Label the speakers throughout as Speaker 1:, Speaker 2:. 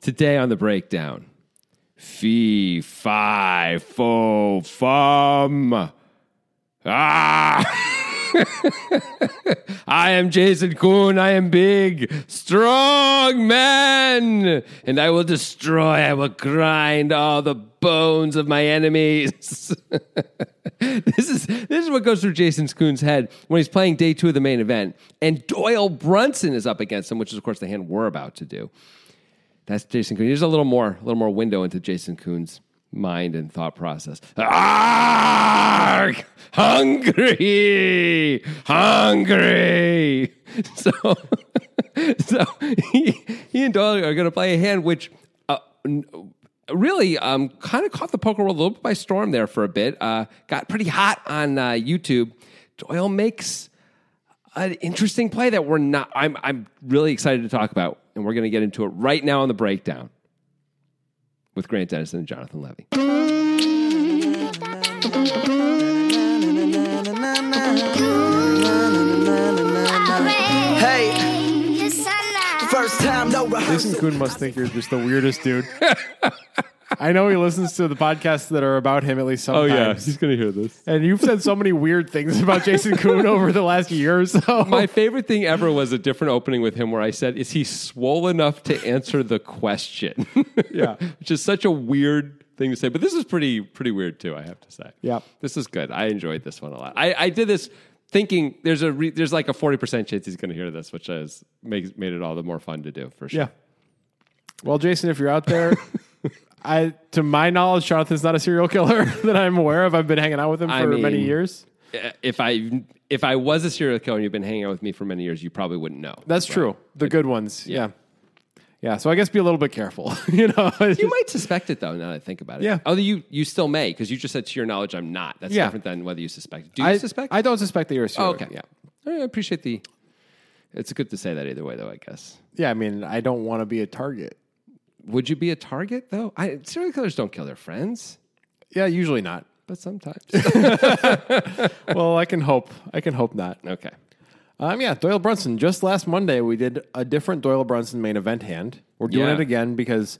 Speaker 1: Today on the breakdown, fee fi fo fum. Ah! I am Jason Kuhn. I am big, strong man, and I will destroy, I will grind all the bones of my enemies. this is this is what goes through Jason Kuhn's head when he's playing day two of the main event, and Doyle Brunson is up against him, which is of course the hand we're about to do. That's Jason Kuhn. Here's a little more, a little more window into Jason Kuhn's mind and thought process. Arg! Hungry, hungry. So, so he, he and Doyle are going to play a hand which. Uh, n- Really, um, kind of caught the poker world a little bit by storm there for a bit. Uh, got pretty hot on uh, YouTube. Doyle makes an interesting play that we're not I'm I'm really excited to talk about and we're going to get into it right now on the breakdown with Grant Dennison and Jonathan Levy.
Speaker 2: Hey,
Speaker 3: Yes, I love
Speaker 2: first time, no
Speaker 4: Jason
Speaker 2: rehearsal.
Speaker 4: Kuhn must think you're just the weirdest dude. I know he listens to the podcasts that are about him at least sometimes.
Speaker 1: going to hear this.
Speaker 4: And you've said so many weird things about Jason Kuhn over the last year or so.
Speaker 1: My favorite thing ever was a different opening with him where I said, "Is he swole enough to answer the question?"
Speaker 4: Yeah.
Speaker 1: Which is such a weird thing to say, but this is pretty pretty weird too, I have to say.
Speaker 4: Yep.
Speaker 1: This is good. I enjoyed this one a lot. I, I did this thinking there's a re, there's like a 40% chance he's going to hear this, which has makes made it all the more fun to do for sure.
Speaker 4: yeah. Well, Jason, if you're out there, I to my knowledge, Jonathan's not a serial killer that I'm aware of. I've been hanging out with him for
Speaker 1: I mean-
Speaker 4: many years.
Speaker 1: if I if I was a serial killer and you've been hanging out with me for many years, you probably wouldn't know.
Speaker 4: That's true. The good ones. Yeah. yeah. So I guess be a little bit careful. you know.
Speaker 1: You might suspect it though. Now that I think about it,
Speaker 4: Yeah.
Speaker 1: Although you you still may because you just said to your knowledge, I'm not. That's
Speaker 4: Yeah.
Speaker 1: different than whether you suspect. it. Do you
Speaker 4: I
Speaker 1: suspect?
Speaker 4: I don't suspect that you're a serial
Speaker 1: Oh, okay.
Speaker 4: killer. Yeah.
Speaker 1: All right, I appreciate the. It's good to say that either way, though. I guess.
Speaker 4: Yeah, I mean, I don't want to be a target.
Speaker 1: Would you be a target though? I, serial killers don't kill their friends,
Speaker 4: Yeah, usually not.
Speaker 1: but sometimes.
Speaker 4: well, I can hope. I can hope not.
Speaker 1: okay.
Speaker 4: Um, yeah, Doyle Brunson. Just last Monday, we did a different Doyle Brunson main event hand. We're doing
Speaker 1: Yeah.
Speaker 4: it again because,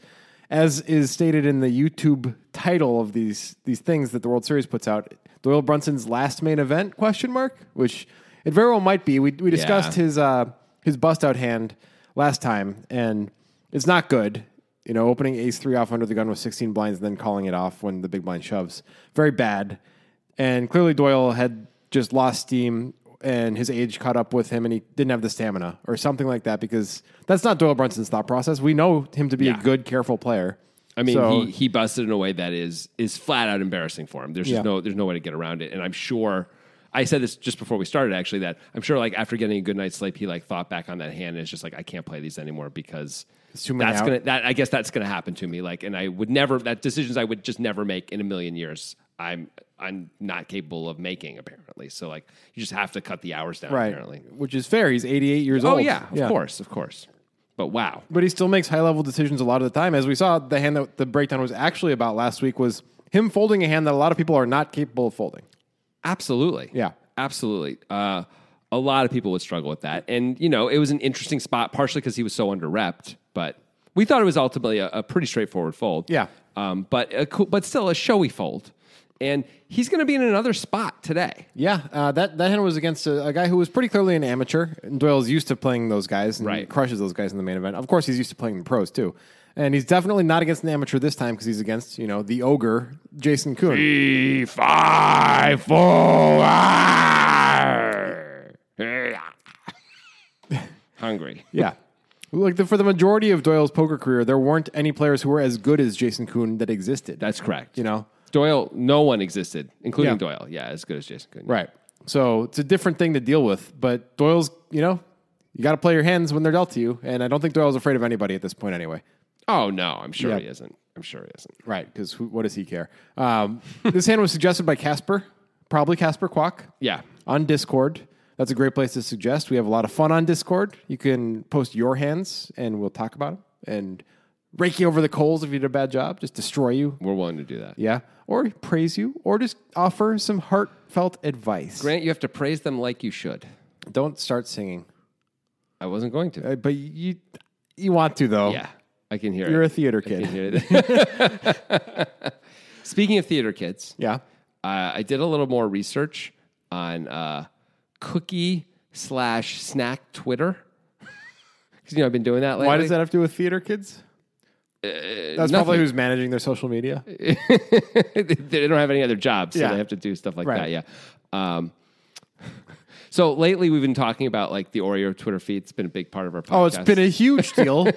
Speaker 4: as is stated in the YouTube title of these these things that the World Series puts out, Doyle Brunson's last main event question mark, which it very well might be. We we discussed
Speaker 1: Yeah.
Speaker 4: his uh, his bust out hand last time, and it's not good. You know, opening ace three off under the gun with 16 blinds and then calling it off when the big blind shoves. Very bad. And clearly Doyle had just lost steam and his age caught up with him and he didn't have the stamina or something like that because that's not Doyle Brunson's thought process. We know him to be
Speaker 1: Yeah.
Speaker 4: a good, careful player.
Speaker 1: I mean,
Speaker 4: So-
Speaker 1: he, he busted in a way that is is flat out embarrassing for him. There's
Speaker 4: Yeah.
Speaker 1: just no there's no way to get around it. And I'm sure I said this just before we started actually that I'm sure like after getting a good night's sleep, he like thought back on that hand and it's just like I can't play these anymore because
Speaker 4: It's too many
Speaker 1: that's
Speaker 4: out.
Speaker 1: gonna that I guess that's gonna happen to me. Like and I would never that decisions I would just never make in a million years. I'm I'm not capable of making apparently. So like you just have to cut the hours down
Speaker 4: right.
Speaker 1: apparently.
Speaker 4: Which is fair. He's 88 years
Speaker 1: Oh
Speaker 4: old.
Speaker 1: yeah, of course, of course. But wow.
Speaker 4: but he still makes high level decisions a lot of the time. As we saw, the hand that the breakdown was actually about last week was him folding a hand that a lot of people are not capable of folding.
Speaker 1: Absolutely.
Speaker 4: Yeah.
Speaker 1: Absolutely. Uh, a lot of people would struggle with that. And, you know, it was an interesting spot, partially because he was so underrepped, but we thought it was ultimately a, a pretty straightforward fold.
Speaker 4: Yeah.
Speaker 1: Um, but, a cool, but still a showy fold. And he's going to be in another spot today.
Speaker 4: Yeah, uh, that that hand was against a, a guy who was pretty clearly an amateur. And Doyle's used to playing those guys and
Speaker 1: Right.
Speaker 4: crushes those guys in the main event. Of course, he's used to playing the pros too, and he's definitely not against an amateur this time because he's against you know the ogre Jason Kuhn.
Speaker 1: Three, five, four. Hungry.
Speaker 4: yeah, like the, for the majority of Doyle's poker career, there weren't any players who were as good as Jason Kuhn that existed.
Speaker 1: That's correct.
Speaker 4: you know
Speaker 1: Doyle, no one existed, including
Speaker 4: Yeah.
Speaker 1: Doyle. Yeah, as good as Jason Kuhn.
Speaker 4: right. So it's a different thing to deal with. But Doyle's you know you got to play your hands when they're dealt to you, and I don't think Doyle's afraid of anybody at this point anyway.
Speaker 1: Oh, no, I'm sure
Speaker 4: Yeah.
Speaker 1: he isn't. I'm sure he isn't.
Speaker 4: Right, because what does he care? Um, this hand was suggested by Casper, probably Casper Quack.
Speaker 1: Yeah.
Speaker 4: On Discord. That's a great place to suggest. We have a lot of fun on Discord. You can post your hands and we'll talk about them and rake you over the coals if you did a bad job, just destroy you.
Speaker 1: We're willing to do that.
Speaker 4: Yeah. Or praise you or just offer some heartfelt advice.
Speaker 1: Grant, you have to praise them like you should.
Speaker 4: Don't start singing.
Speaker 1: I wasn't going to.
Speaker 4: Uh, But you you want to though.
Speaker 1: yeah. I can hear
Speaker 4: You're a
Speaker 1: it.
Speaker 4: theater
Speaker 1: I can
Speaker 4: kid.
Speaker 1: hear it. Speaking of theater kids,
Speaker 4: Yeah.
Speaker 1: uh, I did a little more research on uh, cookie slash snack Twitter. Because, you know, I've been doing that lately.
Speaker 4: Why does that have to do with theater kids?
Speaker 1: Uh,
Speaker 4: That's probably who's managing their social media.
Speaker 1: they don't have any other jobs, so
Speaker 4: Yeah.
Speaker 1: they have to do stuff like that.
Speaker 4: Right.
Speaker 1: Yeah. Um, so lately, we've been talking about like the Oreo Twitter feed. It's been a big part of our podcast.
Speaker 4: Oh, it's been a huge deal.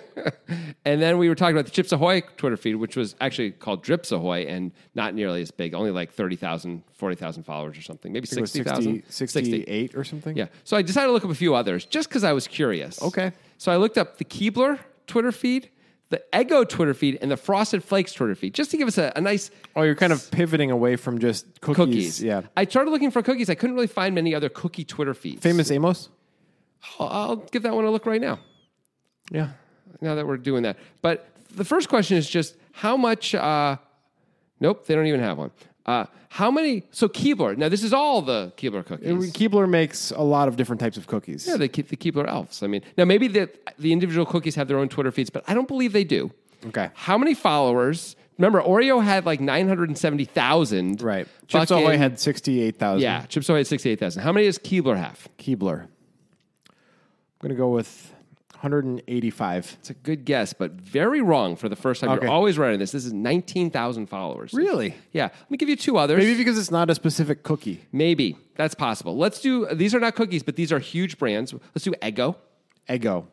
Speaker 1: and then we were talking about the Chips Ahoy Twitter feed, which was actually called Drips Ahoy, and not nearly as big. Only like 30,000, 40,000 followers or something, maybe
Speaker 4: It was
Speaker 1: 60,000. 60.
Speaker 4: 68 or something.
Speaker 1: Yeah. So I decided to look up a few others just because I was curious.
Speaker 4: Okay.
Speaker 1: So I looked up the Keebler Twitter feed, the Eggo Twitter feed, and the Frosted Flakes Twitter feed, just to give us a, a nice
Speaker 4: Oh, you're kind of pivoting away from just cookies.
Speaker 1: cookies.
Speaker 4: Yeah.
Speaker 1: I started looking for cookies. I couldn't really find many other cookie Twitter feeds.
Speaker 4: Famous Amos.
Speaker 1: I'll, I'll give that one a look right now.
Speaker 4: Yeah.
Speaker 1: Now that we're doing that, but the first question is just how much. Uh, nope, they don't even have one. Uh, how many? So Keebler. Now this is all the Keebler cookies.
Speaker 4: Keebler makes a lot of different types of cookies.
Speaker 1: Yeah, the, Ke- the Keebler elves. I mean, now maybe the the individual cookies have their own Twitter feeds, but I don't believe they do.
Speaker 4: Okay.
Speaker 1: How many followers? Remember, Oreo had like nine hundred and seventy thousand.
Speaker 4: Right. Chips Ahoy had 68,000.
Speaker 1: Yeah, Chips Ahoy had sixty-eight thousand. How many does Keebler have?
Speaker 4: Keebler. I'm going to go with 185.
Speaker 1: It's a good guess, but very wrong for the first time.
Speaker 4: Okay.
Speaker 1: You're always right on this. This is nineteen thousand followers.
Speaker 4: Really?
Speaker 1: Yeah. Let me give you two others.
Speaker 4: Maybe because it's not a specific cookie.
Speaker 1: Maybe. that's possible. Let's do. These are not cookies, but these are huge brands. Let's do Eggo.
Speaker 4: Eggo,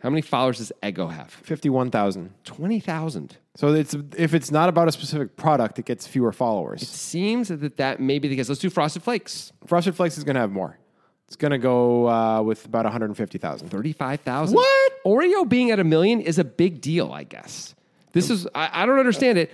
Speaker 1: How many followers does Eggo have?
Speaker 4: 51,000.
Speaker 1: Twenty thousand.
Speaker 4: So it's if it's not about a specific product, it gets fewer followers.
Speaker 1: Seems that that may be the case. Let's do Frosted Flakes.
Speaker 4: Frosted Flakes is going to have more. It's going to go uh, with about 150,000.
Speaker 1: 35,000.
Speaker 4: What?
Speaker 1: Oreo being at a million is a big deal, I guess. This is, I, I don't understand it.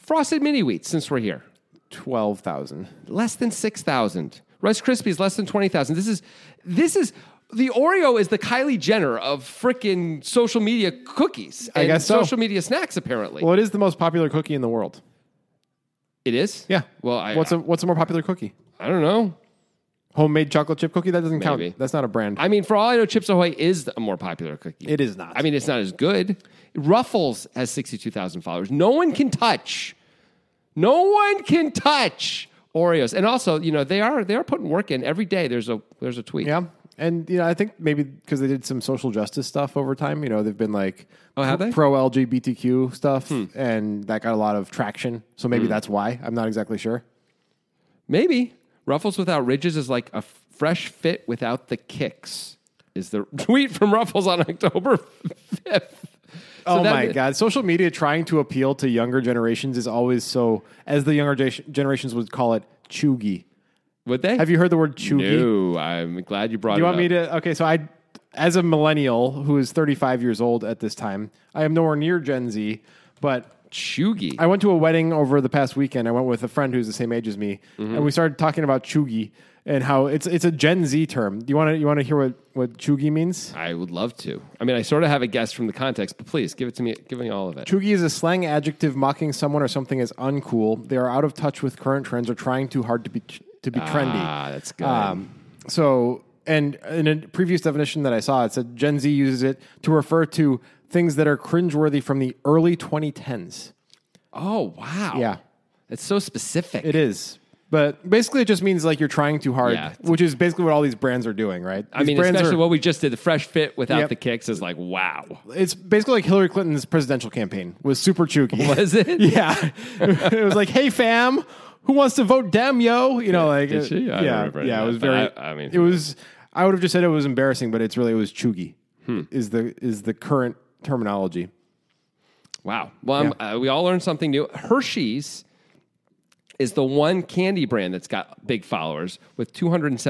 Speaker 1: Frosted Mini Wheats, since we're here,
Speaker 4: 12,000.
Speaker 1: less than 6,000. Rice Krispies, less than 20,000. This is, this is, the Oreo is the Kylie Jenner of freaking social media cookies.
Speaker 4: I
Speaker 1: and
Speaker 4: guess so.
Speaker 1: Social media snacks, apparently.
Speaker 4: Well, it is the most popular cookie in the world.
Speaker 1: it is? Well, I, What's
Speaker 4: what's a what's a more popular cookie?
Speaker 1: I don't know.
Speaker 4: Homemade chocolate chip cookie that doesn't
Speaker 1: Maybe.
Speaker 4: count. That's not a brand.
Speaker 1: I mean, for all I know, Chips Ahoy is a more popular cookie.
Speaker 4: It is not.
Speaker 1: I mean, it's not as good. Ruffles has 62,000 followers. No one can touch. No one can touch Oreos. And also, you know, they are they are putting work in every day. There's a there's a tweet.
Speaker 4: yeah. And you know, I think maybe because they did some social justice stuff over time, you know, they've been like
Speaker 1: Oh, have they? Hmm.
Speaker 4: pro LGBTQ stuff, and that got a lot of traction. So maybe that's why. I'm not exactly sure.
Speaker 1: Maybe Ruffles without ridges is like a f- fresh fit without the kicks. Is the tweet from Ruffles on October 5th. So
Speaker 4: oh
Speaker 1: that-
Speaker 4: my god! Social media trying to appeal to younger generations is always so, as the younger ge- generations would call it, chuggy.
Speaker 1: Would they?
Speaker 4: Have you heard the word chuggy?
Speaker 1: No, I'm glad you brought
Speaker 4: You
Speaker 1: it
Speaker 4: want
Speaker 1: up.
Speaker 4: me to? Okay, so I, as a millennial who is 35 years old at this time, I am nowhere near Gen Z, but
Speaker 1: Chugi.
Speaker 4: I went to a wedding over the past weekend. I went with a friend who's the same age as me,
Speaker 1: Mm-hmm.
Speaker 4: and we started talking about chugi and how it's it's a Gen Z term. Do you want to you want to hear what what chugi means?
Speaker 1: I would love to. I mean, I sort of have a guess from the context, but please give it to me. Give me all of it.
Speaker 4: Chugi is a slang adjective mocking someone or something as uncool. They are out of touch with current trends or trying too hard to be to be trendy. Um,
Speaker 1: Ah, that's good.
Speaker 4: so, and in a previous definition that I saw, it said Gen Z uses it to refer to things that are cringeworthy from the early 2010s.
Speaker 1: oh wow.
Speaker 4: Yeah.
Speaker 1: It's so specific.
Speaker 4: It is. But basically, it just means like you're trying too hard,
Speaker 1: Yeah.
Speaker 4: which is basically what all these brands are doing, right?
Speaker 1: I mean, especially what we just did, the fresh fit without
Speaker 4: Yep.
Speaker 1: the kicks is like wow.
Speaker 4: it's basically like Hillary Clinton's presidential campaign was super chooky.
Speaker 1: Was it?
Speaker 4: yeah. it was like, hey, fam, who wants to vote Dem, yo? You know, like, uh,
Speaker 1: Did she? I don't
Speaker 4: yeah,
Speaker 1: remember
Speaker 4: yeah,
Speaker 1: that,
Speaker 4: it was
Speaker 1: but
Speaker 4: very,
Speaker 1: I- I mean-
Speaker 4: it was, I would have just said it was embarrassing, but it's really, it was choogy
Speaker 1: Hmm.
Speaker 4: is the, is the current terminology.
Speaker 1: Wow. Well, I'm- uh, we all learned something new. Hershey's is the one candy brand that's got big followers with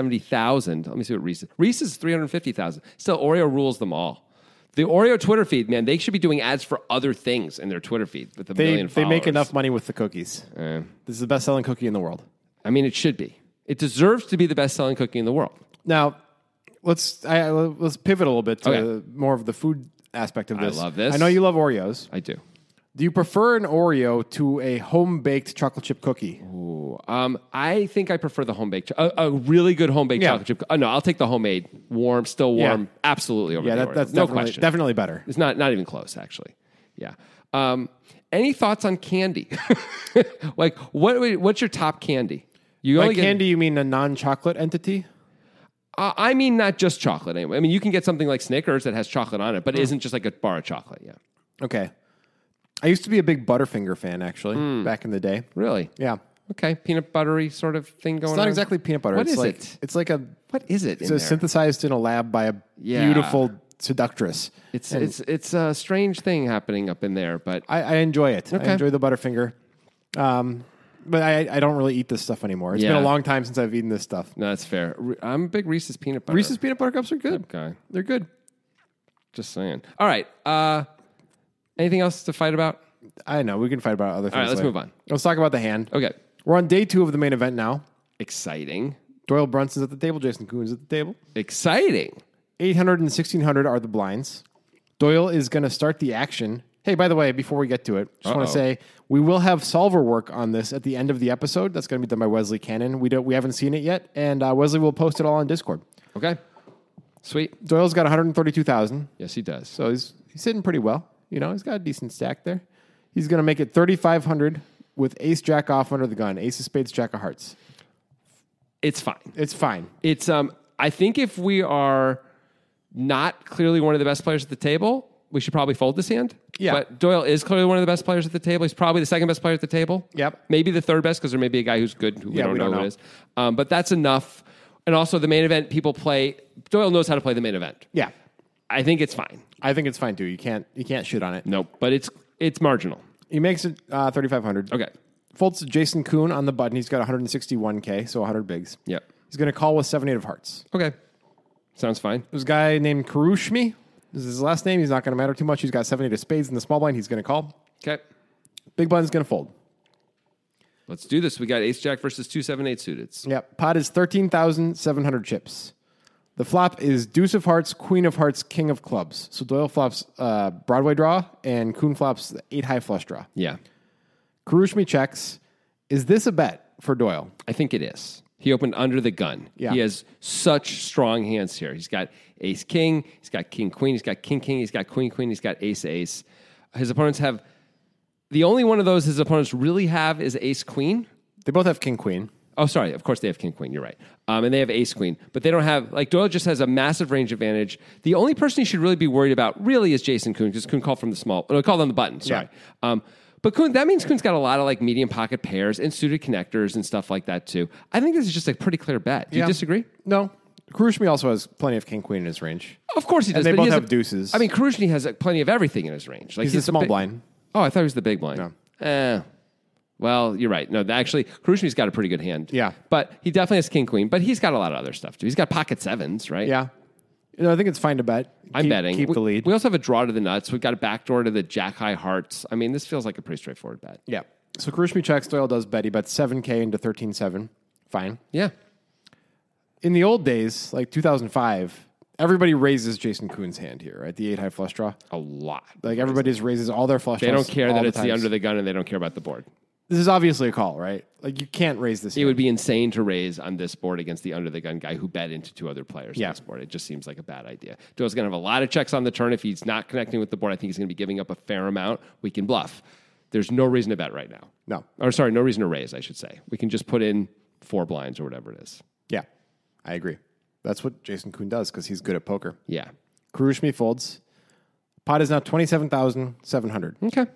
Speaker 1: 270,000. Let me see what Reese's. Reese's is 350,000. Still, Oreo rules them all. The Oreo Twitter feed, man, they should be doing ads for other things in their Twitter feed with a
Speaker 4: They,
Speaker 1: million
Speaker 4: they
Speaker 1: followers.
Speaker 4: make enough money with the cookies. This is the best selling cookie in the world.
Speaker 1: I mean, it should be. It deserves to be the best selling cookie in the world.
Speaker 4: Now, let's, I, let's pivot a little bit to
Speaker 1: Okay.
Speaker 4: more of the food aspect of this.
Speaker 1: love this.
Speaker 4: I know you love Oreos.
Speaker 1: I do.
Speaker 4: Do you prefer an Oreo to a home baked chocolate chip cookie?
Speaker 1: Um, I think I prefer the home baked. Cho- a, a really good home baked
Speaker 4: Yeah.
Speaker 1: chocolate chip. Oh, no, I'll take the homemade, warm, still warm,
Speaker 4: Yeah.
Speaker 1: absolutely over
Speaker 4: Yeah,
Speaker 1: the
Speaker 4: that,
Speaker 1: Oreo.
Speaker 4: that's
Speaker 1: no
Speaker 4: definitely,
Speaker 1: question.
Speaker 4: definitely better.
Speaker 1: It's not not even close actually. Yeah. Um, any thoughts on candy? like, what? would- What's your top candy? You
Speaker 4: By
Speaker 1: only get-
Speaker 4: candy, you mean a non-chocolate entity?
Speaker 1: I I mean, not just chocolate. Anyway, I mean, you can get something like Snickers that has chocolate on it,
Speaker 4: Mm.
Speaker 1: but it isn't just like a bar of chocolate. Yeah.
Speaker 4: Okay. I used to be a big Butterfinger fan, actually,
Speaker 1: Hmm.
Speaker 4: back in the day.
Speaker 1: Really?
Speaker 4: Yeah.
Speaker 1: Okay. Peanut buttery sort of thing going on.
Speaker 4: It's not exactly peanut butter.
Speaker 1: What
Speaker 4: it's
Speaker 1: is
Speaker 4: like,
Speaker 1: it?
Speaker 4: It's like a.
Speaker 1: What is it?
Speaker 4: It's
Speaker 1: in
Speaker 4: a
Speaker 1: there?
Speaker 4: synthesized in a lab by a
Speaker 1: Yeah.
Speaker 4: beautiful seductress.
Speaker 1: It's it's it's a strange thing happening up in there, but
Speaker 4: I, I enjoy it.
Speaker 1: Okay.
Speaker 4: I enjoy the Butterfinger. Um, but I, I don't really eat this stuff anymore. It's
Speaker 1: Yeah.
Speaker 4: been a long time since I've eaten this stuff.
Speaker 1: no, that's fair. Re- I'm a big Reese's peanut butter.
Speaker 4: Reese's peanut butter cups are good.
Speaker 1: Okay.
Speaker 4: They're good.
Speaker 1: Just saying. All right. Uh, anything else to fight about?
Speaker 4: I know. We can fight about other things.
Speaker 1: right, let's
Speaker 4: later.
Speaker 1: move on.
Speaker 4: Let's talk about the hand.
Speaker 1: Okay.
Speaker 4: We're on day two of the main event now.
Speaker 1: Exciting.
Speaker 4: Doyle Brunson's at the table. Jason Coon's at the table.
Speaker 1: Exciting.
Speaker 4: 800 and 1600 are the blinds. Doyle is going to start the action. Hey, by the way, before we get to it, just want
Speaker 1: Uh-oh.
Speaker 4: to say we will have solver work on this at the end of the episode. That's going to be done by Wesley Cannon. We don't, we haven't seen it yet, and uh, Wesley will post it all on Discord.
Speaker 1: Okay. Sweet.
Speaker 4: Doyle's got 132,000,
Speaker 1: Yes, he does.
Speaker 4: so he's he's sitting pretty well. You know, he's got a decent stack there. He's going to make it 3,500 with Ace Jack off under the gun, Ace of Spades, Jack of Hearts.
Speaker 1: it's fine.
Speaker 4: It's fine.
Speaker 1: It's um. I think if we are not clearly one of the best players at the table, we should probably fold this hand.
Speaker 4: Yeah.
Speaker 1: But Doyle is clearly one of the best players at the table. He's probably the second best player at the table.
Speaker 4: Yep.
Speaker 1: Maybe the third best because there may be a guy who's good who we
Speaker 4: Yeah,
Speaker 1: don't
Speaker 4: we
Speaker 1: know
Speaker 4: don't
Speaker 1: who it
Speaker 4: know.
Speaker 1: is. Um, but that's enough. And also the main event people play. Doyle knows how to play the main event.
Speaker 4: Yeah,
Speaker 1: I think it's fine.
Speaker 4: I think it's fine too. You can't you can't shoot on it.
Speaker 1: No, but it's it's marginal.
Speaker 4: He makes it uh, 3,500.
Speaker 1: Okay.
Speaker 4: Folds to Jason Kuhn on the button. He's got 161K, so 100 bigs.
Speaker 1: Yep.
Speaker 4: He's going to call with 7 8 of hearts.
Speaker 1: Okay. Sounds fine.
Speaker 4: There's a guy named Karushmi. This is his last name. He's not going to matter too much. He's got 7 8 of spades in the small blind. He's going to call.
Speaker 1: Okay.
Speaker 4: Big blind's going to fold.
Speaker 1: Let's do this. We got ace jack versus two seven eight suited.
Speaker 4: Yep. Pot is 13,700 chips. The flop is deuce of hearts, queen of hearts, king of clubs. So Doyle flops uh, Broadway draw and Kuhn flops the 8 high flush draw.
Speaker 1: Yeah.
Speaker 4: Karushmi checks. Is this a bet for Doyle?
Speaker 1: I think it is. He opened under the gun.
Speaker 4: Yeah.
Speaker 1: He has such strong hands here. He's got ace king, he's got king queen, he's got king king, he's got queen queen, he's got ace ace. His opponents have the only one of those his opponents really have is ace queen.
Speaker 4: They both have king queen.
Speaker 1: Oh, sorry. Of course, they have king queen. You're right. Um, and they have ace queen, but they don't have like Doyle just has a massive range advantage. The only person you should really be worried about really is Jason Kuhn because Kuhn called from the small, no, called on the button. Sorry. Um, but Kuhn, that means Kuhn's got a lot of like medium pocket pairs and suited connectors and stuff like that too. I think this is just a pretty clear bet. Do you
Speaker 4: Yeah.
Speaker 1: disagree?
Speaker 4: No. Kurushmi also has plenty of king queen in his range.
Speaker 1: Of course he does.
Speaker 4: they
Speaker 1: but he
Speaker 4: both
Speaker 1: has
Speaker 4: have deuces.
Speaker 1: I mean, Karushny has like, plenty of everything in his range. Like
Speaker 4: He's the
Speaker 1: a
Speaker 4: small
Speaker 1: big-
Speaker 4: blind.
Speaker 1: Oh, I thought he was the big blind. Eh. Well, you're right. No, th- actually, Karushny's got a pretty good hand.
Speaker 4: Yeah.
Speaker 1: But he definitely has king queen, but he's got a lot of other stuff too. He's got pocket sevens, right?
Speaker 4: Yeah. You know, I think it's fine to bet.
Speaker 1: I'm
Speaker 4: Keep-
Speaker 1: betting.
Speaker 4: Keep
Speaker 1: we,
Speaker 4: the lead.
Speaker 1: We also have a draw to the nuts. We've got a backdoor to the jack high hearts. I mean, this feels like a pretty straightforward bet.
Speaker 4: yeah. So Karushmi checks, Doyle does bet. He bets 7K into 13.7. Fine.
Speaker 1: Yeah.
Speaker 4: In the old days, like 2005, everybody raises Jason Kuhn's hand here, right? The eight high flush draw.
Speaker 1: A lot.
Speaker 4: Like everybody just raises all their flush
Speaker 1: They
Speaker 4: draws.
Speaker 1: don't care
Speaker 4: all
Speaker 1: that it's the
Speaker 4: times.
Speaker 1: under the gun and they don't care about the board.
Speaker 4: This is obviously a call, right? Like you can't raise this.
Speaker 1: It would be insane to raise on this board against the under the gun guy who bet into two other players
Speaker 4: Yeah.
Speaker 1: on this board. It just seems like a bad idea. Doyle's going to have a lot of checks on the turn. If he's not connecting with the board, I think he's going to be giving up a fair amount. We can bluff. There's no reason to bet right now.
Speaker 4: No.
Speaker 1: Or sorry, no reason to raise, I should say. We can just put in four blinds or whatever it is.
Speaker 4: Yeah. I agree. That's what Jason Kuhn does because he's good at poker.
Speaker 1: Yeah.
Speaker 4: Kurushmi folds. Pot is now 27,700.
Speaker 1: Okay.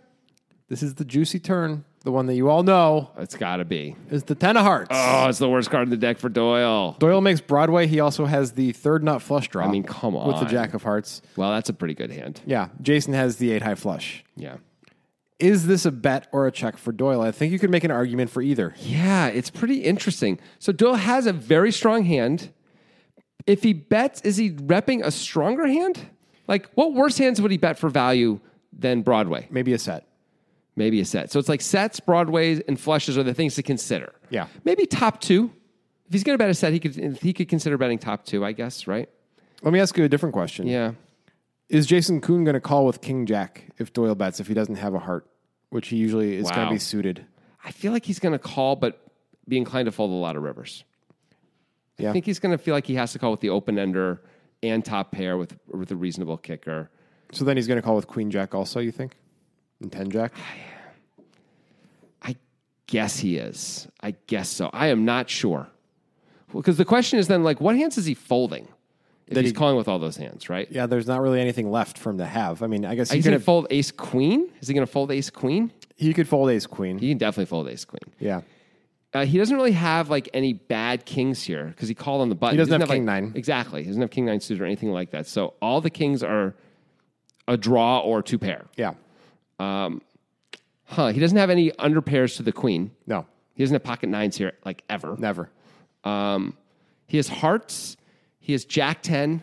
Speaker 4: This is the juicy turn, the one that you all know
Speaker 1: It's got to be.
Speaker 4: is the 10 of hearts.
Speaker 1: Oh, it's the worst card in the deck for Doyle.
Speaker 4: Doyle makes Broadway. He also has the third nut flush draw. I
Speaker 1: mean, come
Speaker 4: With the
Speaker 1: on.
Speaker 4: Jack of Hearts.
Speaker 1: Well, that's a pretty good hand.
Speaker 4: Yeah. Jason has the eight high flush.
Speaker 1: Yeah.
Speaker 4: Is this a bet or a check for Doyle? I think you could make an argument for either.
Speaker 1: Yeah, it's pretty interesting. So Doyle has a very strong hand. If he bets, is he repping a stronger hand? Like, what worse hands would he bet for value than Broadway?
Speaker 4: Maybe a set.
Speaker 1: Maybe a set. So it's like sets, Broadways, and flushes are the things to consider.
Speaker 4: Yeah.
Speaker 1: Maybe top two. If he's going to bet a set, he could he could consider betting top two, I guess, right?
Speaker 4: Let me ask you a different question.
Speaker 1: Yeah.
Speaker 4: Is Jason Kuhn going to call with King Jack if Doyle bets if he doesn't have a heart, which he usually is going
Speaker 1: Wow.
Speaker 4: to be suited?
Speaker 1: I feel like he's going to call, but be inclined to fold a lot of rivers. I
Speaker 4: Yeah.
Speaker 1: think he's going to feel like he has to call with the open ender and top pair with with a reasonable kicker.
Speaker 4: So then he's going to call with Queen Jack also, you think? And ten jack.
Speaker 1: I guess he is. I guess so. I am not sure. Well, because the question is then, like, what hands is he folding? If he's
Speaker 4: he-
Speaker 1: calling with all those hands, right?
Speaker 4: Yeah, there's not really anything left for him to have. I mean, I guess he
Speaker 1: He's
Speaker 4: could
Speaker 1: going to
Speaker 4: have,
Speaker 1: fold ace queen. Is he going to fold ace queen?
Speaker 4: he could fold ace queen.
Speaker 1: He can definitely fold ace queen.
Speaker 4: yeah.
Speaker 1: Uh, he doesn't really have like any bad kings here because he called on the button.
Speaker 4: He doesn't have
Speaker 1: like-
Speaker 4: king nine.
Speaker 1: Exactly. He doesn't have king nine suited or anything like that. So all the kings are a draw or two pair.
Speaker 4: Yeah.
Speaker 1: Huh. He doesn't have any under pairs to the queen.
Speaker 4: No.
Speaker 1: He doesn't have pocket nines here like ever.
Speaker 4: Never.
Speaker 1: Um, he has hearts. He has jack ten.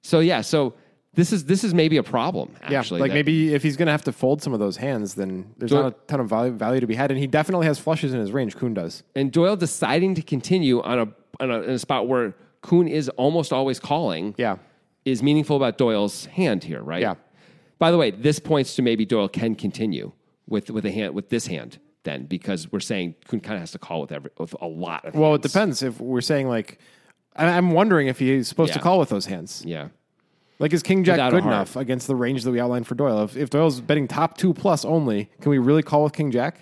Speaker 1: So yeah, so this is this is maybe a problem.
Speaker 4: Yeah.
Speaker 1: Actually,
Speaker 4: like
Speaker 1: that-
Speaker 4: maybe if he's going to have to fold some of those hands, then there's
Speaker 1: So-
Speaker 4: not a ton of value, value to be had. And he definitely has flushes in his range. Kuhn does.
Speaker 1: and Doyle deciding to continue on a on a, in a spot where Kuhn is almost always calling.
Speaker 4: Yeah.
Speaker 1: is meaningful about Doyle's hand here, right?
Speaker 4: Yeah.
Speaker 1: By the way, this points to maybe Doyle can continue with with a hand with this hand then because we're saying Kuhn kind of has to call with every with a lot of
Speaker 4: Well, it
Speaker 1: hands.
Speaker 4: depends if we're saying like, I- I'm wondering if he's supposed to
Speaker 1: Yeah.
Speaker 4: call with those hands.
Speaker 1: Yeah.
Speaker 4: Like, is King Jack
Speaker 1: Without a
Speaker 4: good
Speaker 1: heart.
Speaker 4: enough against the range that we outlined for Doyle? If, if Doyle's betting top two plus only, can we really call with King Jack?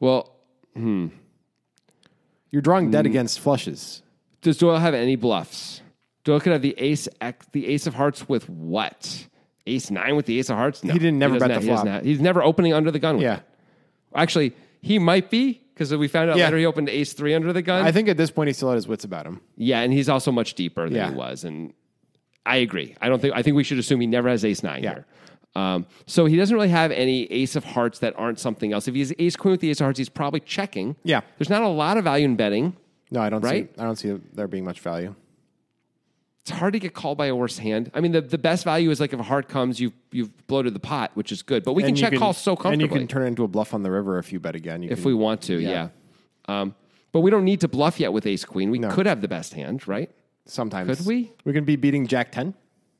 Speaker 1: Well,
Speaker 4: You're drawing
Speaker 1: Mm.
Speaker 4: dead against flushes.
Speaker 1: does Doyle have any bluffs? Doyle could have the ace ex- the ace of hearts with what? Ace nine with the ace of hearts? No.
Speaker 4: He didn't never
Speaker 1: doesn't
Speaker 4: bet
Speaker 1: have-
Speaker 4: the
Speaker 1: he doesn't
Speaker 4: flop.
Speaker 1: have- he's never opening under the gun. With
Speaker 4: Yeah.
Speaker 1: it. Actually, he might be because we found out
Speaker 4: Yeah.
Speaker 1: later he opened ace three under the gun.
Speaker 4: I think at this point he still had his wits about him.
Speaker 1: Yeah, and he's also much deeper than
Speaker 4: Yeah.
Speaker 1: he was. And I agree. I don't think I think we should assume he never has ace nine
Speaker 4: Yeah.
Speaker 1: here. Um, so he doesn't really have any ace of hearts that aren't something else. If he's ace queen with the ace of hearts, he's probably checking.
Speaker 4: Yeah.
Speaker 1: There's not a lot of value in betting.
Speaker 4: No, I don't
Speaker 1: Right?
Speaker 4: see I don't see there being much value.
Speaker 1: It's hard to get called by a worse hand. I mean, the, the best value is like if a heart comes, you've you've bloated the pot, which is good. But we can
Speaker 4: you
Speaker 1: check call so comfortably.
Speaker 4: And you can turn it into a bluff on the river if you bet again. You
Speaker 1: if
Speaker 4: can-
Speaker 1: we want to, yeah.
Speaker 4: Yeah.
Speaker 1: Um, but we don't need to bluff yet with ace queen. We
Speaker 4: No.
Speaker 1: could have the best hand, right?
Speaker 4: sometimes
Speaker 1: could we?
Speaker 4: We can be beating Jack ten.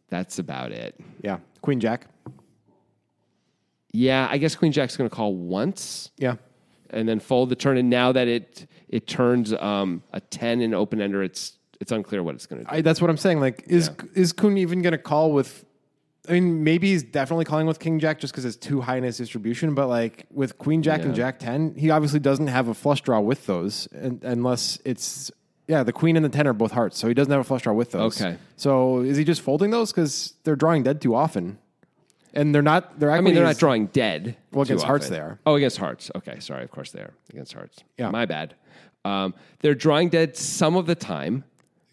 Speaker 1: That's about it.
Speaker 4: Yeah, Queen Jack.
Speaker 1: Yeah, I guess queen jack's going to call once.
Speaker 4: Yeah,
Speaker 1: and then fold the turn. And now that it it turns um, a ten in open ender, it's it's unclear what it's going to do.
Speaker 4: I, that's what I'm saying. Like, is
Speaker 1: Yeah.
Speaker 4: is Kuhn even going to call with? I mean, maybe he's definitely calling with King Jack just because it's too high in his distribution. But like with Queen Jack and
Speaker 1: Yeah.
Speaker 4: Jack ten, he obviously doesn't have a flush draw with those, and, unless it's yeah, the Queen and the ten are both hearts, so he doesn't have a flush draw with those.
Speaker 1: Okay.
Speaker 4: so is he just folding those because they're drawing dead too often, and they're not. They're
Speaker 1: I
Speaker 4: actually
Speaker 1: mean, they're not drawing dead.
Speaker 4: Well,
Speaker 1: too
Speaker 4: against hearts
Speaker 1: often.
Speaker 4: they are.
Speaker 1: Oh, against hearts. Okay, sorry. Of course they are against hearts.
Speaker 4: Yeah.
Speaker 1: my bad. Um, they're drawing dead some of the time,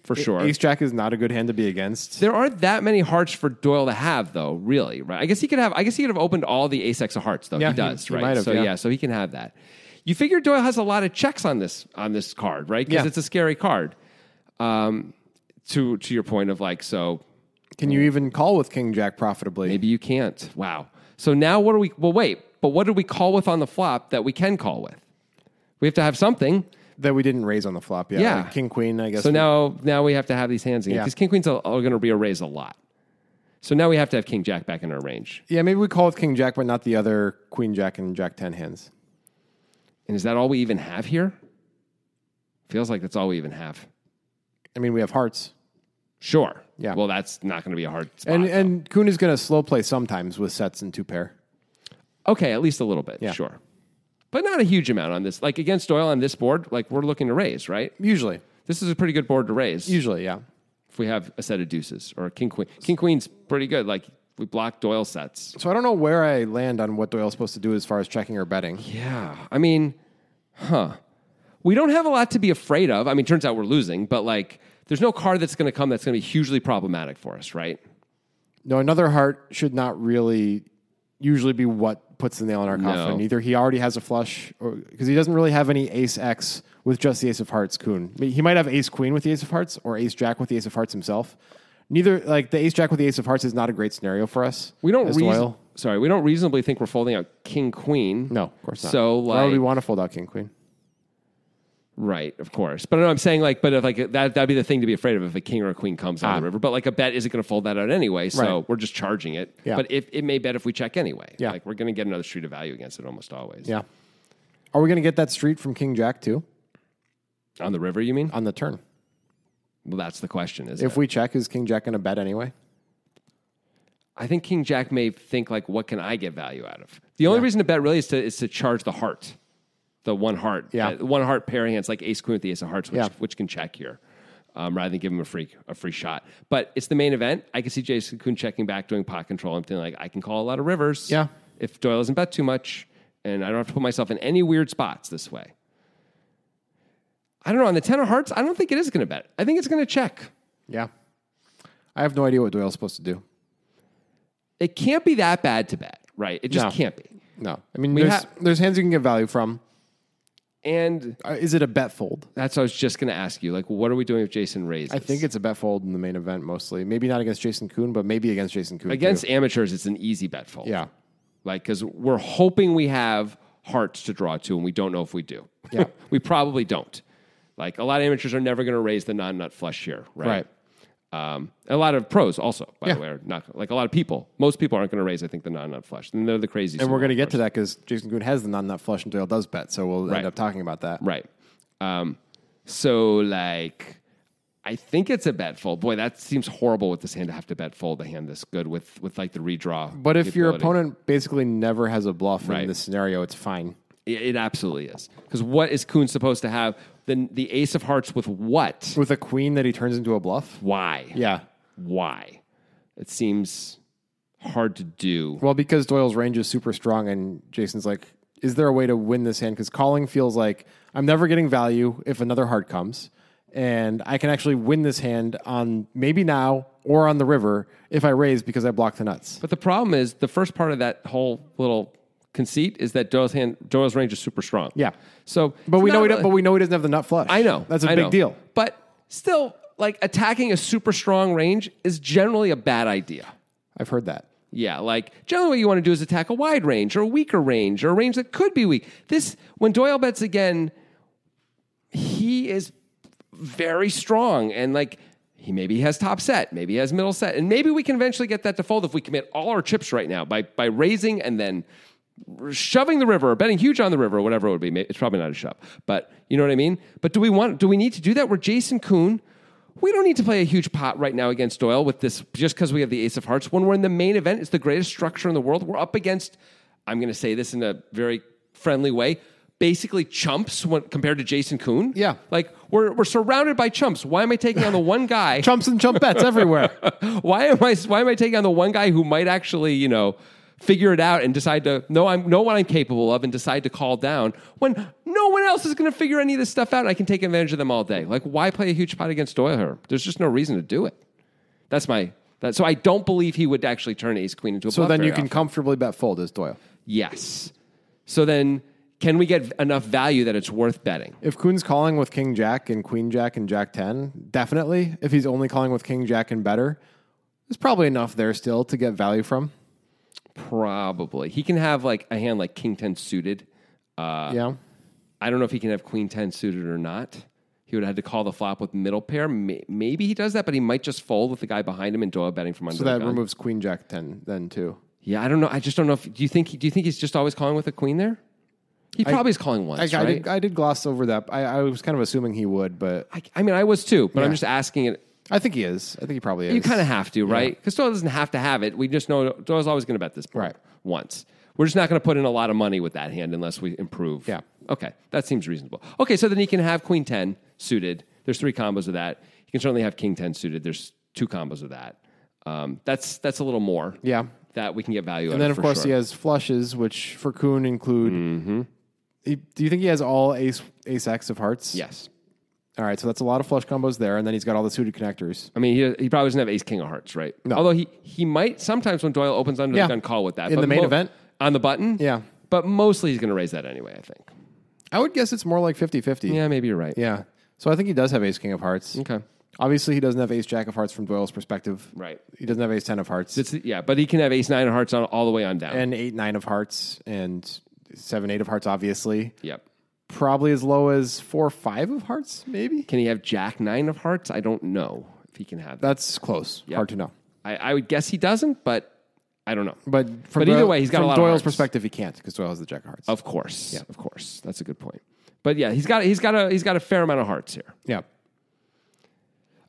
Speaker 1: for sure.
Speaker 4: E-, Ace Jack is not a good hand to be against.
Speaker 1: there aren't that many hearts for Doyle to have, though. Really, right? I guess he could have. I guess he could have opened all the ace X of hearts, though.
Speaker 4: Yeah,
Speaker 1: he
Speaker 4: he-
Speaker 1: does,
Speaker 4: he
Speaker 1: right?
Speaker 4: might have,
Speaker 1: so
Speaker 4: yeah.
Speaker 1: so he can have that. You figure Doyle has a lot of checks on this on this card, right? Because
Speaker 4: Yeah.
Speaker 1: it's a scary card. Um, to to your point of like, so
Speaker 4: Can you even call with King Jack profitably?
Speaker 1: maybe you can't. Wow. So now what are we? Well, wait. But what did we call with on the flop that we can call with? We have to have something.
Speaker 4: that we didn't raise on the flop. Yeah,
Speaker 1: Yeah.
Speaker 4: Like King Queen. I guess.
Speaker 1: So
Speaker 4: we-
Speaker 1: now now we have to have these hands again
Speaker 4: Yeah.
Speaker 1: because king queens are, are going to be a raise a lot. So now we have to have king jack back in our range.
Speaker 4: yeah, maybe we call with King Jack, but not the other Queen Jack and Jack Ten hands.
Speaker 1: And is that all we even have here? Feels like that's all we even have.
Speaker 4: I mean, we have hearts,
Speaker 1: Sure.
Speaker 4: Yeah.
Speaker 1: Well, that's not going to be a hard spot.
Speaker 4: and and Kuhn is going to slow play sometimes with sets and two pair.
Speaker 1: okay, at least a little bit.
Speaker 4: Yeah.
Speaker 1: Sure. But not a huge amount on this. Like against Doyle on this board, like we're looking to raise, right?
Speaker 4: Usually,
Speaker 1: This is a pretty good board to raise.
Speaker 4: usually, yeah,
Speaker 1: If we have a set of deuces or a king queen, king queen's pretty good. Like we block Doyle sets.
Speaker 4: So I don't know where I land on what Doyle's supposed to do as far as checking or betting.
Speaker 1: Yeah. I mean, huh. We don't have a lot to be afraid of. I mean, turns out we're losing, but like there's no card that's going to come that's going to be hugely problematic for us, right?
Speaker 4: No, another heart should not really usually be what puts the nail in our coffin.
Speaker 1: No.
Speaker 4: Either he already has a flush, or because he doesn't really have any Ace X with just the Ace of Hearts. Kuhn, I mean, he might have Ace Queen with the Ace of Hearts, or Ace Jack with the Ace of Hearts himself. Neither like the Ace Jack with the Ace of Hearts is not a great scenario for us.
Speaker 1: We don't
Speaker 4: as
Speaker 1: reason-
Speaker 4: Doyle.
Speaker 1: Sorry, we don't reasonably think we're folding out king queen.
Speaker 4: No, of course not.
Speaker 1: So
Speaker 4: why
Speaker 1: like
Speaker 4: would we want to fold out King Queen?
Speaker 1: right, of course. But no, I'm saying like, but if like that that'd be the thing to be afraid of if a king or a queen comes on the river. But like a bet isn't going to fold that out anyway, so
Speaker 4: Ah. Right.
Speaker 1: we're just charging it.
Speaker 4: Yeah.
Speaker 1: But if it may bet if we check anyway,
Speaker 4: Yeah.
Speaker 1: like we're going to get another street of value against it almost always.
Speaker 4: Yeah, are we going to get that street from King Jack too
Speaker 1: on the river, you mean?
Speaker 4: on the turn?
Speaker 1: Well, that's the question. Is
Speaker 4: If we check, is King Jack going to bet anyway?
Speaker 1: I think King Jack may think like, what can I get value out of? The only reason to bet really is to is to charge the heart, the one heart,
Speaker 4: Yeah.
Speaker 1: uh, one heart pairing. It's like Ace Queen with the Ace of Hearts, which
Speaker 4: Yeah.
Speaker 1: which can check here. Um, rather than give him a free a free shot, but it's the main event. I can see Jason Kuhn checking back, doing pot control. I'm feeling like I can call a lot of rivers.
Speaker 4: Yeah.
Speaker 1: if Doyle doesn't bet too much, and I don't have to put myself in any weird spots this way. I don't know. On the ten of hearts, I don't think it is going to bet. I think it's going to check.
Speaker 4: Yeah. I have no idea what Doyle's supposed to do.
Speaker 1: It can't be that bad to bet, right? It just
Speaker 4: No.
Speaker 1: can't be.
Speaker 4: No. I mean,
Speaker 1: We
Speaker 4: there's,
Speaker 1: ha-
Speaker 4: there's hands you can get value from.
Speaker 1: And
Speaker 4: Uh, Is it a bet fold?
Speaker 1: that's what I was just going to ask you. Like, what are we doing if Jason raises?
Speaker 4: I think it's a bet fold in the main event mostly. Maybe not against Jason Kuhn, but maybe against Jason Kuhn.
Speaker 1: against
Speaker 4: too.
Speaker 1: amateurs, it's an easy bet fold.
Speaker 4: Yeah.
Speaker 1: Like, because we're hoping we have hearts to draw to, and we don't know if we do.
Speaker 4: Yeah.
Speaker 1: we probably don't. Like, a lot of amateurs are never going to raise the non nut flush here, right?
Speaker 4: Right.
Speaker 1: Um, and a lot of pros also, by
Speaker 4: Yeah.
Speaker 1: the way, are not like a lot of people. Most people aren't going to raise, I think, the non nut flush. And they're the craziest.
Speaker 4: And
Speaker 1: in
Speaker 4: we're
Speaker 1: the
Speaker 4: going to
Speaker 1: world,
Speaker 4: get to that because Jason Kuhn has the non nut flush and Doyle does bet. So we'll
Speaker 1: Right.
Speaker 4: end up talking about that.
Speaker 1: Right. Um, so like I think it's a bet fold. Boy, that seems horrible with this hand to have to bet fold a hand this good with with like the redraw.
Speaker 4: But if your
Speaker 1: capability.
Speaker 4: opponent basically never has a bluff
Speaker 1: Right.
Speaker 4: in this scenario, it's fine.
Speaker 1: it, it absolutely is. Because what is Kuhn supposed to have? Then the ace of hearts with what?
Speaker 4: With a queen that he turns into a bluff?
Speaker 1: Why?
Speaker 4: Yeah.
Speaker 1: Why? It seems hard to do.
Speaker 4: Well, because Doyle's range is super strong, and Jason's like, is there a way to win this hand? Because calling feels like I'm never getting value if another heart comes, and I can actually win this hand on maybe now or on the river if I raise because I block the nuts.
Speaker 1: But the problem is the first part of that whole little conceit is that Doyle's hand Doyle's range is super strong.
Speaker 4: Yeah.
Speaker 1: So
Speaker 4: But
Speaker 1: it's
Speaker 4: we know
Speaker 1: not
Speaker 4: he don't,
Speaker 1: really-
Speaker 4: but we know he doesn't have the nut flush.
Speaker 1: I know.
Speaker 4: that's a
Speaker 1: I
Speaker 4: big
Speaker 1: know.
Speaker 4: deal.
Speaker 1: But still, like attacking a super strong range is generally a bad idea.
Speaker 4: I've heard that.
Speaker 1: Yeah, like generally what you want to do is attack a wide range or a weaker range or a range that could be weak. This when Doyle bets again, he is very strong and like he maybe has top set, maybe he has middle set, and maybe we can eventually get that to fold if we commit all our chips right now by by raising and then shoving the river or betting huge on the river or whatever it would be. Maybe- It's probably not a shove, but you know what I mean. But do we want? Do we need to do that? We're Jason Kuhn. We don't need to play a huge pot right now against Doyle with this just because we have the ace of hearts. When we're in the main event, it's the greatest structure in the world. We're up against. I'm going to say this in a very friendly way. Basically, chumps when, compared to Jason Kuhn.
Speaker 4: Yeah.
Speaker 1: like we're we're surrounded by chumps. Why am I taking on the one guy?
Speaker 4: Chumps and chump bets everywhere.
Speaker 1: why am I why am I taking on the one guy who might actually you know figure it out and decide to know I'm know what I'm capable of and decide to call down when no one else is going to figure any of this stuff out? I can take advantage of them all day. Like why play a huge pot against Doyle? Here? There's just no reason to do it. That's my that. So I don't believe he would actually turn Ace Queen into a.
Speaker 4: So
Speaker 1: bluff
Speaker 4: then
Speaker 1: very
Speaker 4: you can
Speaker 1: often.
Speaker 4: comfortably bet fold as Doyle.
Speaker 1: yes. So then can we get enough value that it's worth betting?
Speaker 4: If Kuhn's calling with King Jack and Queen Jack and Jack 10, definitely. If he's only calling with King Jack and better, there's probably enough there still to get value from.
Speaker 1: Probably he can have like a hand like King Ten suited. Ah.
Speaker 4: yeah.
Speaker 1: I don't know if he can have queen 10 suited or not. He would have had to call the flop with middle pair. May- Maybe he does that, but he might just fold with the guy behind him and Doyle betting from under
Speaker 4: So
Speaker 1: the
Speaker 4: that
Speaker 1: gun.
Speaker 4: removes Queen Jack 10 then too.
Speaker 1: yeah, I don't know. I just don't know. If, do you think? Do you think he's just always calling with a queen there? He probably is calling once,
Speaker 4: I, I,
Speaker 1: right?
Speaker 4: did, I did gloss over that. I, I was kind of assuming he would, but
Speaker 1: I, I mean, I was too, but I'm
Speaker 4: Yeah.
Speaker 1: just asking it.
Speaker 4: I think he is. I think he probably is.
Speaker 1: You kind of have to, right? Because Doyle doesn't have to have it. We just know Doyle's always going to bet this point
Speaker 4: Right.
Speaker 1: once. We're just not going to put in a lot of money with that hand unless we improve.
Speaker 4: Yeah.
Speaker 1: Okay, that seems reasonable. Okay, so then he can have queen ten suited. There's three combos of that. He can certainly have king ten suited. There's two combos of that. Um, that's that's a little more.
Speaker 4: Yeah.
Speaker 1: That we can get value.
Speaker 4: And then, of course, he has flushes, which for Kuhn include.
Speaker 1: Mm-hmm.
Speaker 4: He, do you think he has all ace, ace X of hearts?
Speaker 1: yes.
Speaker 4: All right. So that's a lot of flush combos there. And then he's got all the suited connectors.
Speaker 1: I mean, he, he probably doesn't have ace king of hearts, right?
Speaker 4: No.
Speaker 1: Although he, he might sometimes when Doyle opens under
Speaker 4: Yeah.
Speaker 1: the gun call with that
Speaker 4: In
Speaker 1: but
Speaker 4: the main event?
Speaker 1: on the button.
Speaker 4: Yeah.
Speaker 1: But mostly he's going to raise that anyway. I think.
Speaker 4: I would guess it's more like 50 50.
Speaker 1: Yeah, maybe you're right.
Speaker 4: Yeah. So I think he does have ace king of hearts.
Speaker 1: Okay.
Speaker 4: Obviously, he doesn't have ace jack of hearts from Doyle's perspective.
Speaker 1: Right.
Speaker 4: He doesn't have ace 10 of hearts
Speaker 1: It's- yeah, but he can have ace nine of hearts on all the way on down.
Speaker 4: and eight nine of hearts and seven eight of hearts, obviously.
Speaker 1: yep.
Speaker 4: Probably as low as four five of hearts, maybe.
Speaker 1: Can he have jack nine of hearts? I don't know if he can have that.
Speaker 4: That's close. Hard to know.
Speaker 1: I, I would guess he doesn't, but I don't know.
Speaker 4: But from
Speaker 1: But either
Speaker 4: Doyle-
Speaker 1: way, he's got a
Speaker 4: from
Speaker 1: lot of
Speaker 4: Doyle's
Speaker 1: hearts. Oh.
Speaker 4: perspective, he can't because Doyle has the jack of hearts.
Speaker 1: of course, yeah, of course, that's a good point. But yeah, he's got he's got a he's got a fair amount of hearts here.
Speaker 4: Yeah.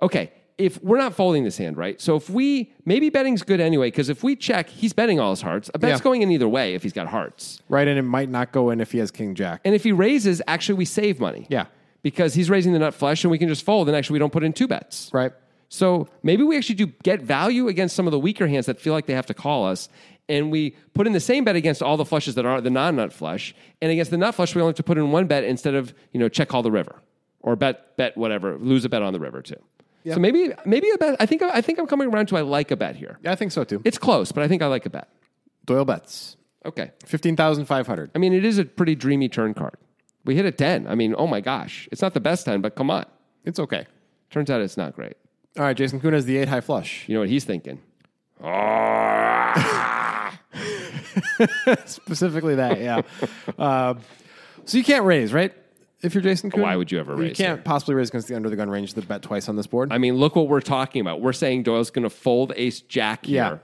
Speaker 1: Okay, if we're not folding this hand, right? So if we maybe betting's good anyway, because if we check, he's betting all his hearts. A bet's
Speaker 4: Yeah.
Speaker 1: going in either way if he's got hearts.
Speaker 4: Right, and it might not go in if he has King Jack.
Speaker 1: And if he raises, actually we save money.
Speaker 4: Yeah.
Speaker 1: Because he's raising the nut flush and we can just fold and actually we don't put in two bets.
Speaker 4: right.
Speaker 1: So maybe we actually do get value against some of the weaker hands that feel like they have to call us. And we put in the same bet against all the flushes that aren't the non nut flush. And against the nut flush, we only have to put in one bet instead of, you know, check call the river or bet, bet whatever, lose a bet on the river too. So maybe, maybe a bet. I think, I think I'm coming around to I like a bet here.
Speaker 4: Yeah, I think so too.
Speaker 1: It's close, but I think I like a bet.
Speaker 4: Doyle bets.
Speaker 1: Okay.
Speaker 4: 15,500.
Speaker 1: I mean, it is a pretty dreamy turn card. We hit a 10. I mean, oh my gosh. It's not the best 10, but come on.
Speaker 4: It's okay.
Speaker 1: Turns out it's not great.
Speaker 4: All right, Jason Kuhn has the eight high flush.
Speaker 1: You know what he's thinking?
Speaker 4: Specifically that, yeah. uh, so you can't raise, right? If you're Jason Kuhn?
Speaker 1: Why would you ever
Speaker 4: You
Speaker 1: raise,
Speaker 4: can't possibly raise against the under the gun range to bet twice on this board.
Speaker 1: I mean, look what we're talking about. We're saying Doyle's going to fold ace jack here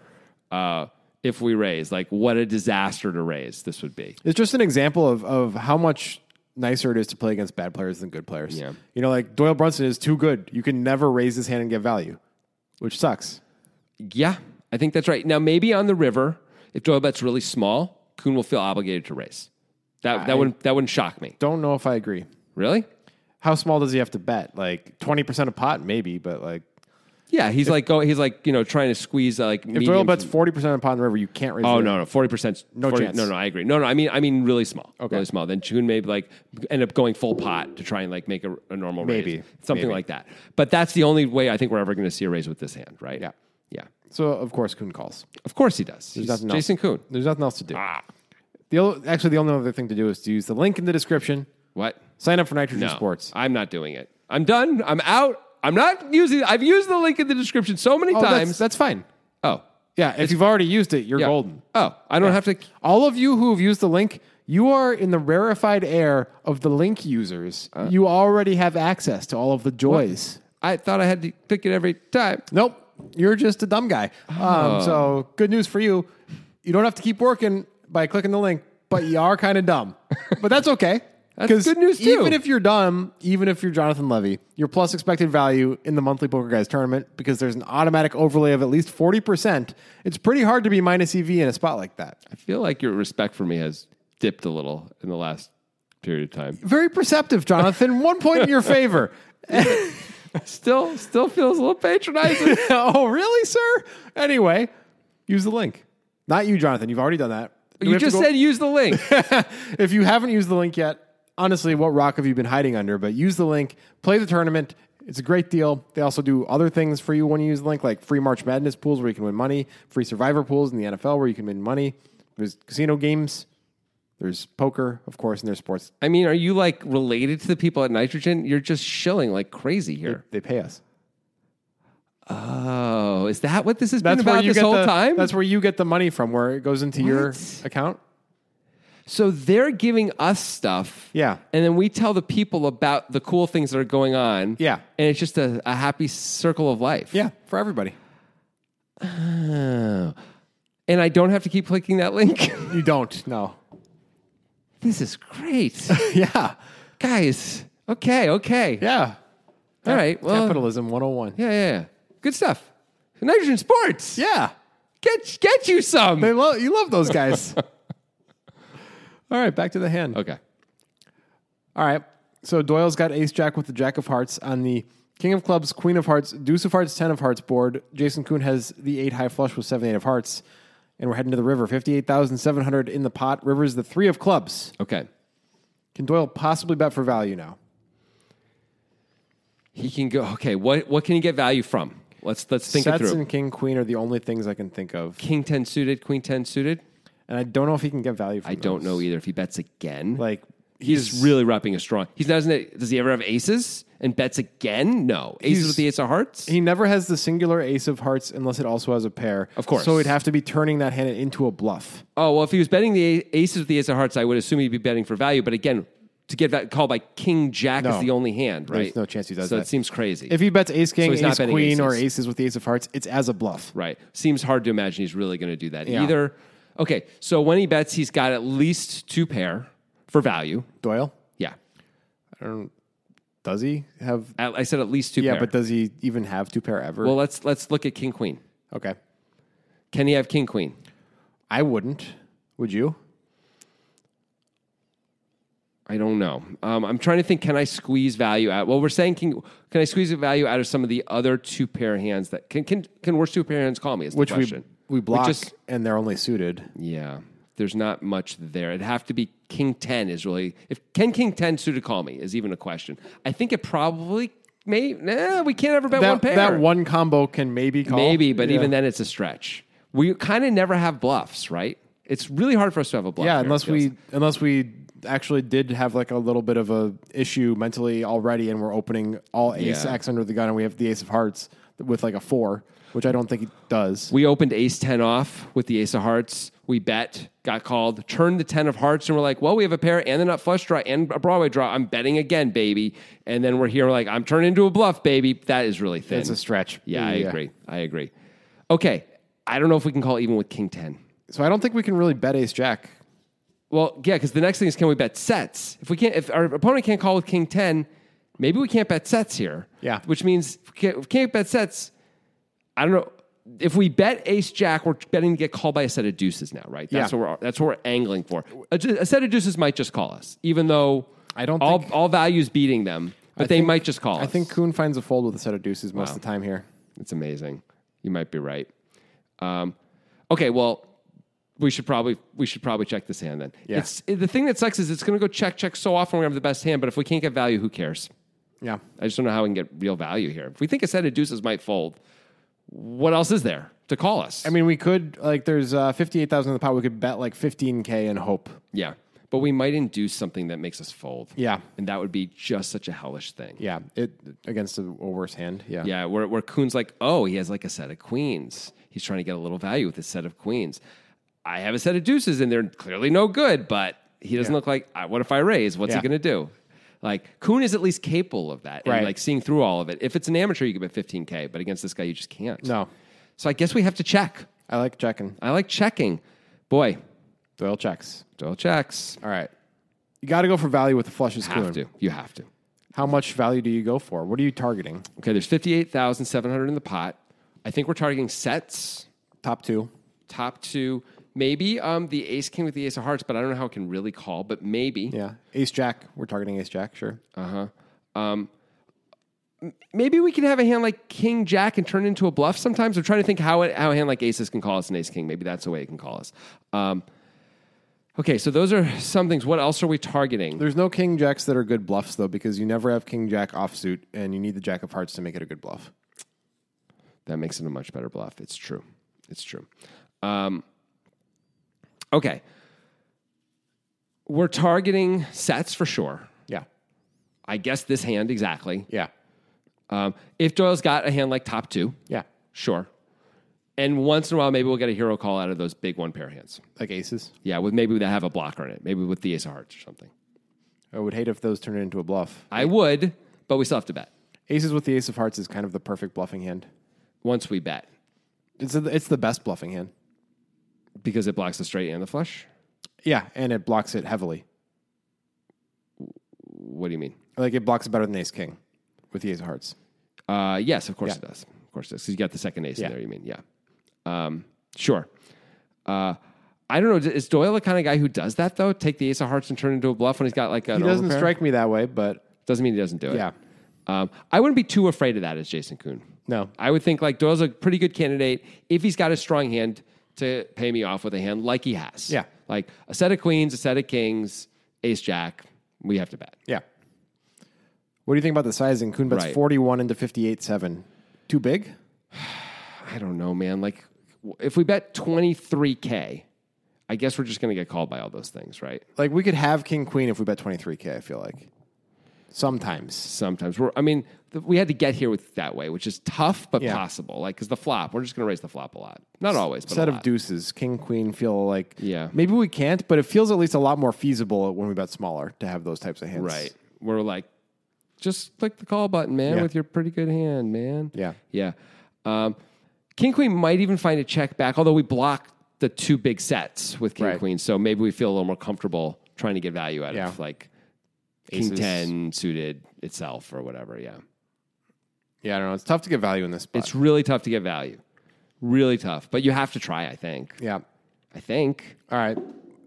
Speaker 1: uh, if we raise. Like, what a disaster to raise this would be.
Speaker 4: It's just an example of, of how much nicer it is to play against bad players than good players.
Speaker 1: Yeah.
Speaker 4: You know, like Doyle Brunson is too good. You can never raise his hand and get value, which sucks.
Speaker 1: Yeah, I think that's right. Now, maybe on the river, if Doyle bets really small, Kuhn will feel obligated to raise. That, that, wouldn't, that wouldn't shock me.
Speaker 4: Don't know if I agree.
Speaker 1: Really?
Speaker 4: How small does he have to bet? Like 20% of pot, maybe, but like
Speaker 1: Yeah, he's like go, he's like you know trying to squeeze uh, like
Speaker 4: if Doyle bets 40% of pot in the river, you can't raise
Speaker 1: Oh
Speaker 4: it.
Speaker 1: no, no, forty percent.
Speaker 4: No chance.
Speaker 1: No, no, I agree. No, no, I mean, I mean, really small.
Speaker 4: Okay.
Speaker 1: really small. Then June maybe like end up going full pot to try and like make a, a normal
Speaker 4: Maybe.
Speaker 1: raise, something
Speaker 4: Maybe.
Speaker 1: like that. But that's the only way I think we're ever going to see a raise with this hand, right?
Speaker 4: Yeah.
Speaker 1: yeah.
Speaker 4: So, of course, Kuhn calls.
Speaker 1: Of course he does. He's
Speaker 4: There's nothing else.
Speaker 1: Jason Kuhn.
Speaker 4: There's nothing else to do.
Speaker 1: Ah,
Speaker 4: The o- actually, the only other thing to do is to use the link in the description.
Speaker 1: what?
Speaker 4: Sign up for Nitrogen
Speaker 1: No, Uh,
Speaker 4: Sports.
Speaker 1: I'm not doing it. I'm done. I'm out. I'm not using. I've used the link in the description so many
Speaker 4: Oh, that's-
Speaker 1: times.
Speaker 4: That's, fine.
Speaker 1: oh,
Speaker 4: Yeah, if you've already used it, you're
Speaker 1: yeah.
Speaker 4: golden.
Speaker 1: Oh, I don't have to.
Speaker 4: All of you who have used the link, you are in the rarefied air of the link users.
Speaker 1: Uh.
Speaker 4: you already have access to all of the joys.
Speaker 1: I thought I had to click it every time.
Speaker 4: Nope, you're just a dumb guy. Um,
Speaker 1: Oh.
Speaker 4: So good news for you. You don't have to keep working by clicking the link, but you are kind of dumb. But that's okay.
Speaker 1: That's
Speaker 4: 'Cause
Speaker 1: good news, too.
Speaker 4: Even if you're dumb, even if you're Jonathan Levy, your plus expected value in the monthly Poker Guys tournament because there's an automatic overlay of at least forty percent. It's pretty hard to be minus EV in a spot like that.
Speaker 1: I feel like your respect for me has dipped a little in the last period of time.
Speaker 4: Very perceptive, Jonathan. One point in your favor.
Speaker 1: Still, still feels a little patronizing.
Speaker 4: oh, really, sir? Anyway, use the link. Not you, Jonathan. You've already done that. Do we
Speaker 1: you
Speaker 4: have to
Speaker 1: just
Speaker 4: go-
Speaker 1: said use the link.
Speaker 4: if you haven't used the link yet, honestly, what rock have you been hiding under? But use the link, play the tournament. It's a great deal. They also do other things for you when you use the link, like free March Madness pools where you can win money, free survivor pools in the NFL where you can win money. There's casino games, there's poker, of course, and there's sports.
Speaker 1: I mean, are you like related to the people at Nitrogen? You're just shilling like crazy here.
Speaker 4: They pay us.
Speaker 1: Oh, is that what this has been about this
Speaker 4: get
Speaker 1: whole
Speaker 4: the,
Speaker 1: time?
Speaker 4: That's where you get the money from, where it goes into your
Speaker 1: What?
Speaker 4: account.
Speaker 1: So they're giving us stuff.
Speaker 4: Yeah.
Speaker 1: And then we tell the people about the cool things that are going on.
Speaker 4: Yeah.
Speaker 1: And it's just a, a happy circle of life.
Speaker 4: Yeah, for everybody.
Speaker 1: Oh. And I don't have to keep clicking that link.
Speaker 4: You don't, no.
Speaker 1: this is great.
Speaker 4: yeah,
Speaker 1: Guys, okay, okay.
Speaker 4: yeah.
Speaker 1: All right. Well,
Speaker 4: Capitalism 101.
Speaker 1: Oh. Yeah, yeah, yeah. Good stuff. Nitrogen Sports.
Speaker 4: Yeah.
Speaker 1: Get get you some.
Speaker 4: They love you love those guys. All right, back to the hand.
Speaker 1: Okay.
Speaker 4: All right. So Doyle's got ace jack with the jack of hearts on the king of clubs, queen of hearts, deuce of hearts, 10 of hearts board. Jason Kuhn has the 8 high flush with 7 8 of hearts and we're heading to the river. 58,700 in the pot. River's the 3 of clubs.
Speaker 1: Okay.
Speaker 4: Can Doyle possibly bet for value now?
Speaker 1: He can go. Okay. What what can he get value from? Let's let's think
Speaker 4: Sets
Speaker 1: it through.
Speaker 4: and king queen are the only things I can think of.
Speaker 1: King ten suited, Queen ten suited.
Speaker 4: And I don't know if he can get value from
Speaker 1: I don't
Speaker 4: those.
Speaker 1: know either. If he bets again,
Speaker 4: Like
Speaker 1: he's, really repping a strong. He's not. Isn't it, does he ever have aces and bets again? No. Aces
Speaker 4: He's-
Speaker 1: with the ace of hearts.
Speaker 4: He never has the singular ace of hearts unless it also has a pair.
Speaker 1: Of course.
Speaker 4: So he'd have to be turning that hand into a bluff.
Speaker 1: oh well, if he was betting the a- aces with the ace of hearts, I would assume he'd be betting for value. But again. To get that call by King Jack
Speaker 4: No.
Speaker 1: is the only hand, right?
Speaker 4: There's no chance he does
Speaker 1: so
Speaker 4: that.
Speaker 1: it seems crazy.
Speaker 4: If he bets ace king,
Speaker 1: he's not
Speaker 4: ace
Speaker 1: betting
Speaker 4: queen, or
Speaker 1: aces.
Speaker 4: aces with the ace of hearts, it's as a bluff.
Speaker 1: Right. Seems hard to imagine he's really going to do that
Speaker 4: Yeah.
Speaker 1: either. Okay. So when he bets, he's got at least two pair for value.
Speaker 4: Doyle,
Speaker 1: Yeah.
Speaker 4: I don't Does he have?
Speaker 1: At, I said at least two
Speaker 4: Yeah,
Speaker 1: pair.
Speaker 4: but does he even have two pair ever?
Speaker 1: well, let's let's look at king queen.
Speaker 4: okay.
Speaker 1: Can he have king queen?
Speaker 4: I wouldn't. Would you?
Speaker 1: I don't know. Um, I'm trying to think. Can I squeeze value out? Well, we're saying can can I squeeze the value out of some of the other two pair hands that can can can worst two pair hands call me? Is the
Speaker 4: Which we
Speaker 1: question.
Speaker 4: we block
Speaker 1: just-
Speaker 4: and they're only suited.
Speaker 1: Yeah, there's not much there. It'd have to be king ten is really if can king ten suited call me is even a question. I think it probably may. Nah, we can't ever bet
Speaker 4: That
Speaker 1: one pair.
Speaker 4: that one combo can maybe call
Speaker 1: maybe, but
Speaker 4: Yeah.
Speaker 1: even then it's a stretch. We kind of never have bluffs, right? It's really hard for us to have a bluff.
Speaker 4: Yeah,
Speaker 1: here, it
Speaker 4: unless
Speaker 1: feels.
Speaker 4: we unless we actually did have like a little bit of a issue mentally already, and we're opening all ace
Speaker 1: Yeah.
Speaker 4: x under the gun, and we have the ace of hearts with like a four, which I don't think he does.
Speaker 1: We opened ace 10 off with the ace of hearts. We bet, got called, turned the 10 of hearts, and we're like, well, we have a pair and a nut flush draw and a Broadway draw. I'm betting again, baby. And then we're here, like, I'm turning into a bluff, baby. That is really thin.
Speaker 4: It's a stretch.
Speaker 1: Yeah, I
Speaker 4: Yeah.
Speaker 1: agree. I agree. Okay. I don't know if we can call even with king 10.
Speaker 4: so I don't think we can really bet ace jack.
Speaker 1: Well, yeah, because the next thing is can we bet sets? If we can't, if our opponent can't call with king ten, maybe we can't bet sets here.
Speaker 4: Yeah.
Speaker 1: which means if we can't, if we can't bet sets. I don't know. If we bet ace jack, we're betting to get called by a set of deuces now, right? That's
Speaker 4: Yeah.
Speaker 1: what we're that's what we're angling for. A, ju- a set of deuces might just call us, even though
Speaker 4: I don't
Speaker 1: all
Speaker 4: think-
Speaker 1: all values beating them, but they
Speaker 4: think-
Speaker 1: might just call.
Speaker 4: I
Speaker 1: us.
Speaker 4: think Kuhn finds a fold with a set of deuces most of the time here.
Speaker 1: It's amazing. You might be right. Um, okay, well, we should probably we should probably check this hand then.
Speaker 4: Yeah.
Speaker 1: It's the thing that sucks is it's going to go check check so often we have the best hand, but if we can't get value, who cares?
Speaker 4: Yeah,
Speaker 1: I just don't know how we can get real value here. If we think a set of deuces might fold, what else is there to call us?
Speaker 4: I mean we could like there's uh, fifty eight thousand in the pot. We could bet like fifteen k and hope.
Speaker 1: yeah, but we might induce something that makes us fold.
Speaker 4: Yeah.
Speaker 1: and that would be just such a hellish thing.
Speaker 4: Yeah, it against a, a worse hand. Yeah,
Speaker 1: Yeah, where where Kuhn's like, oh, he has like a set of queens. He's trying to get a little value with his set of queens. I have a set of deuces, and they're clearly no good. But he doesn't
Speaker 4: Yeah.
Speaker 1: look like. I, what if I raise? What's
Speaker 4: Yeah.
Speaker 1: he going to do? Like Kuhn is at least capable of that,
Speaker 4: Right.
Speaker 1: and like seeing through all of it. If it's an amateur, you could bet fifteen k, but against this guy, you just can't.
Speaker 4: No.
Speaker 1: So I guess we have to check.
Speaker 4: I like checking.
Speaker 1: I like checking. Boy,
Speaker 4: Doyle checks.
Speaker 1: Doyle checks.
Speaker 4: All right, you got to go for value with the flushes.
Speaker 1: Have
Speaker 4: Kuhn.
Speaker 1: to. You have to.
Speaker 4: How much value do you go for? What are you targeting?
Speaker 1: Okay, there's fifty eight thousand seven hundred in the pot. I think we're targeting sets.
Speaker 4: Top two.
Speaker 1: top two, maybe um, the ace king with the ace of hearts, but I don't know how it can really call, but maybe.
Speaker 4: Yeah. Ace Jack. We're targeting Ace Jack, sure.
Speaker 1: Maybe we can have a hand like king jack and turn it into a bluff sometimes. I'm trying to think how, it, how a hand like aces can call us an ace king. Maybe that's the way it can call us. Um, okay, so those are some things. What else are we targeting?
Speaker 4: There's no King Jacks that are good bluffs, though, because you never have King Jack offsuit, and you need the Jack of Hearts to make it a good bluff.
Speaker 1: That makes it a much better bluff. It's true. It's true. Um, okay. We're targeting sets for sure.
Speaker 4: Yeah.
Speaker 1: I guess this hand exactly.
Speaker 4: Yeah.
Speaker 1: Um, if Doyle's got a hand like top two,
Speaker 4: Yeah.
Speaker 1: Sure. And once in a while, maybe we'll get a hero call out of those big one pair hands.
Speaker 4: Like aces.
Speaker 1: Yeah, with maybe that have a blocker in it, maybe with the ace of hearts or something.
Speaker 4: I would hate if those turned into a bluff.
Speaker 1: I would, but we still have to bet
Speaker 4: Aces with the Ace of Hearts is kind of the perfect bluffing hand.
Speaker 1: once we bet
Speaker 4: It's, a, it's the best bluffing hand.
Speaker 1: because it blocks the straight and the flush.
Speaker 4: Yeah, and it blocks it heavily.
Speaker 1: What do you mean?
Speaker 4: Like, it blocks it better than Ace King with the Ace of Hearts.
Speaker 1: Uh, yes, of course
Speaker 4: Yeah.
Speaker 1: it does. Of course it does. 'Cause you got the second ace
Speaker 4: Yeah.
Speaker 1: in there, you mean? Yeah. Um, sure. Uh, I don't know. Is Doyle the kind of guy who does that, though? Take the ace of hearts and turn it into a bluff when he's got like an
Speaker 4: He doesn't
Speaker 1: overpair?
Speaker 4: strike me that way, but
Speaker 1: Doesn't mean he doesn't do it.
Speaker 4: Yeah.
Speaker 1: Um, I wouldn't be too afraid of that as Jason Kuhn.
Speaker 4: No.
Speaker 1: I would think like Doyle's a pretty good candidate if he's got a strong hand to pay me off with a hand like he has.
Speaker 4: Yeah.
Speaker 1: Like a set of queens, a set of kings, ace jack. We have to bet.
Speaker 4: yeah. What do you think about the sizing? Kuhn bets
Speaker 1: Right.
Speaker 4: 41 into 58.7. Too big?
Speaker 1: I don't know, man. Like w- if we bet 23K, I guess we're just going to get called by all those things, right?
Speaker 4: Like we could have king queen if we bet 23k, I feel like. Sometimes.
Speaker 1: Sometimes we're, I mean, th- we had to get here with that way, which is tough, but
Speaker 4: Yeah.
Speaker 1: possible. Like, cause the flop, we're just going to raise the flop a lot. Not always, but
Speaker 4: Set
Speaker 1: a
Speaker 4: of
Speaker 1: lot.
Speaker 4: deuces, king queen feel like
Speaker 1: Yeah.
Speaker 4: Maybe we can't, but it feels at least a lot more feasible when we bet smaller to have those types of hands.
Speaker 1: Right. We're like, just click the call button, man,
Speaker 4: Yeah.
Speaker 1: with your pretty good hand, man.
Speaker 4: Yeah.
Speaker 1: Yeah. Um, King Queen might even find a check back, although we blocked the two big sets with King
Speaker 4: Right.
Speaker 1: Queen. So maybe we feel a little more comfortable trying to get value out
Speaker 4: Yeah.
Speaker 1: of like King
Speaker 4: Aces.
Speaker 1: ten suited itself or whatever. Yeah,
Speaker 4: Yeah, I don't know. It's tough to get value in this spot.
Speaker 1: it's really tough to get value, really tough. But you have to try. I think.
Speaker 4: yeah.
Speaker 1: I think
Speaker 4: All right.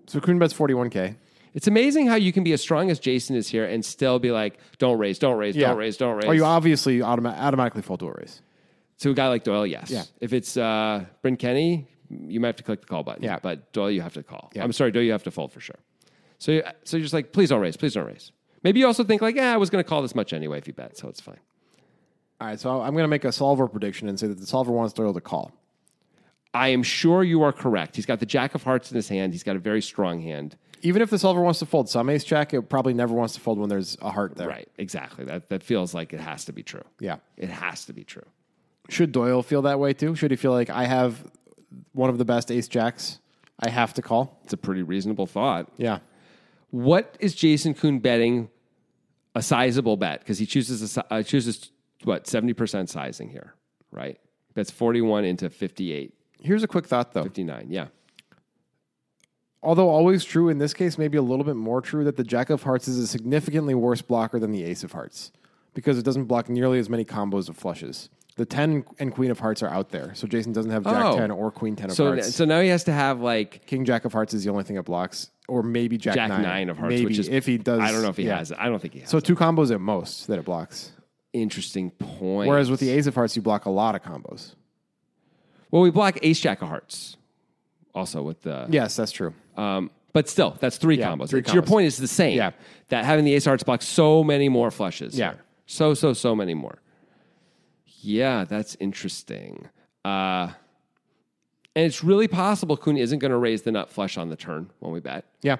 Speaker 4: So Kuhn bets 41K.
Speaker 1: it's amazing how you can be as strong as Jason is here and still be like, don't raise, don't raise,
Speaker 4: Yeah.
Speaker 1: don't raise, don't raise.
Speaker 4: Or you obviously automa- automatically fall to a raise.
Speaker 1: to a guy like Doyle, yes.
Speaker 4: Yeah.
Speaker 1: If it's uh, Bryn Kenny, you might have to click the call button.
Speaker 4: Yeah.
Speaker 1: But Doyle, you have to call.
Speaker 4: Yeah.
Speaker 1: I'm sorry, Doyle, you have to fold for sure. So, you- so you're just like, please don't raise, please don't raise. Maybe you also think like, yeah, I was going to call this much anyway if you bet, so it's fine.
Speaker 4: All right. So I'm going to make a solver prediction and say that the solver wants Doyle to call.
Speaker 1: I am sure you are correct. He's got the jack of hearts in his hand. He's got a very strong hand.
Speaker 4: Even if the solver wants to fold some ace jack, it probably never wants to fold when there's a heart there.
Speaker 1: Right, exactly. That that feels like it has to be true.
Speaker 4: Yeah.
Speaker 1: It has to be true.
Speaker 4: Should Doyle feel that way too? Should he feel like I have one of the best ace jacks? I have to call.
Speaker 1: It's a pretty reasonable thought.
Speaker 4: Yeah.
Speaker 1: What is Jason Kuhn betting a sizable bet? Because he chooses a, si- uh, chooses what seventy percent sizing here, right? That's forty one into 58,
Speaker 4: Here's a quick thought though.
Speaker 1: 59. Yeah,
Speaker 4: Although always true in this case, maybe a little bit more true that the Jack of Hearts is a significantly worse blocker than the Ace of Hearts because it doesn't block nearly as many combos of flushes. The 10 and Queen of Hearts are out there, so Jason doesn't have Jack
Speaker 1: Oh.
Speaker 4: 10 or Queen 10 of
Speaker 1: so
Speaker 4: Hearts.
Speaker 1: so now he has to have like
Speaker 4: King Jack of Hearts is the only thing it blocks, or maybe Jack,
Speaker 1: jack nine, of hearts,
Speaker 4: Maybe,
Speaker 1: which is
Speaker 4: if he does.
Speaker 1: I don't know if he
Speaker 4: yeah.
Speaker 1: has it. I don't think he has.
Speaker 4: So
Speaker 1: So
Speaker 4: two combos at most that it blocks.
Speaker 1: interesting point.
Speaker 4: Whereas with the Ace of Hearts, you block a lot of combos.
Speaker 1: well, we block ace jack of hearts, also with the
Speaker 4: Yes, that's true.
Speaker 1: Um, but still, that's three
Speaker 4: Yeah,
Speaker 1: combos.
Speaker 4: three
Speaker 1: It's- Your
Speaker 4: combos.
Speaker 1: point is the same.
Speaker 4: Yeah.
Speaker 1: That having the ace hearts block so many more flushes.
Speaker 4: Yeah.
Speaker 1: here. So, so, so many more. Yeah, that's interesting. Uh, and it's really possible Kuhn isn't going to raise the nut flush on the turn when we bet.
Speaker 4: Yeah.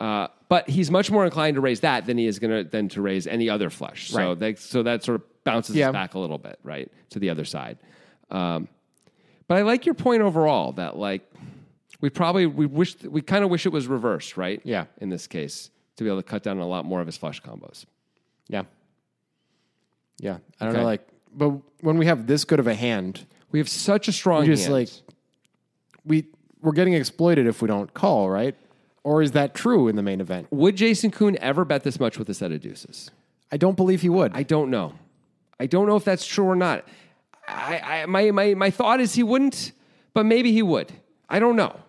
Speaker 1: Uh, but he's much more inclined to raise that than he is going to than to raise any other flush. So
Speaker 4: Right.
Speaker 1: that so that sort of bounces
Speaker 4: Yeah.
Speaker 1: us back a little bit, right, to the other side. Um, but I like your point overall that like we probably we wish we kind of wish it was reversed, right?
Speaker 4: Yeah.
Speaker 1: In this case, to be able to cut down a lot more of his flush combos.
Speaker 4: Yeah. Yeah. I don't
Speaker 1: Okay.
Speaker 4: know. Like, but when we have this good of a hand,
Speaker 1: We have such a strong
Speaker 4: just
Speaker 1: hand.
Speaker 4: like we we're getting exploited if we don't call, right? Or is that true in the main event?
Speaker 1: Would Jason Kuhn ever bet this much with a set of deuces?
Speaker 4: I don't believe he would.
Speaker 1: I don't know. I don't know if that's true or not. I, I my, my my thought is he wouldn't, but maybe he would. I don't know.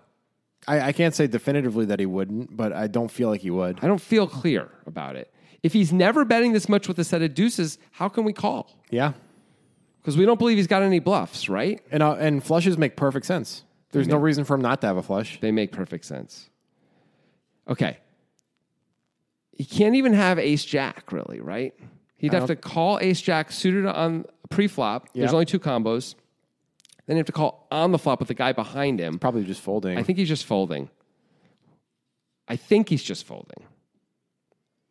Speaker 4: I, I can't say definitively that he wouldn't, but I don't feel like he would.
Speaker 1: I don't feel clear about it. If he's never betting this much with a set of deuces, how can we call?
Speaker 4: Yeah,
Speaker 1: Because we don't believe he's got any bluffs, right?
Speaker 4: and uh, and flushes make perfect sense. There's no reason for him not to have a flush.
Speaker 1: They make perfect sense. Okay. He can't even have ace jack, really, right? He'd have to call ace jack suited on pre flop. There's
Speaker 4: Yep.
Speaker 1: only two combos. Then you have to call on the flop with the guy behind him.
Speaker 4: Probably just folding.
Speaker 1: I think he's just folding. I think he's just folding.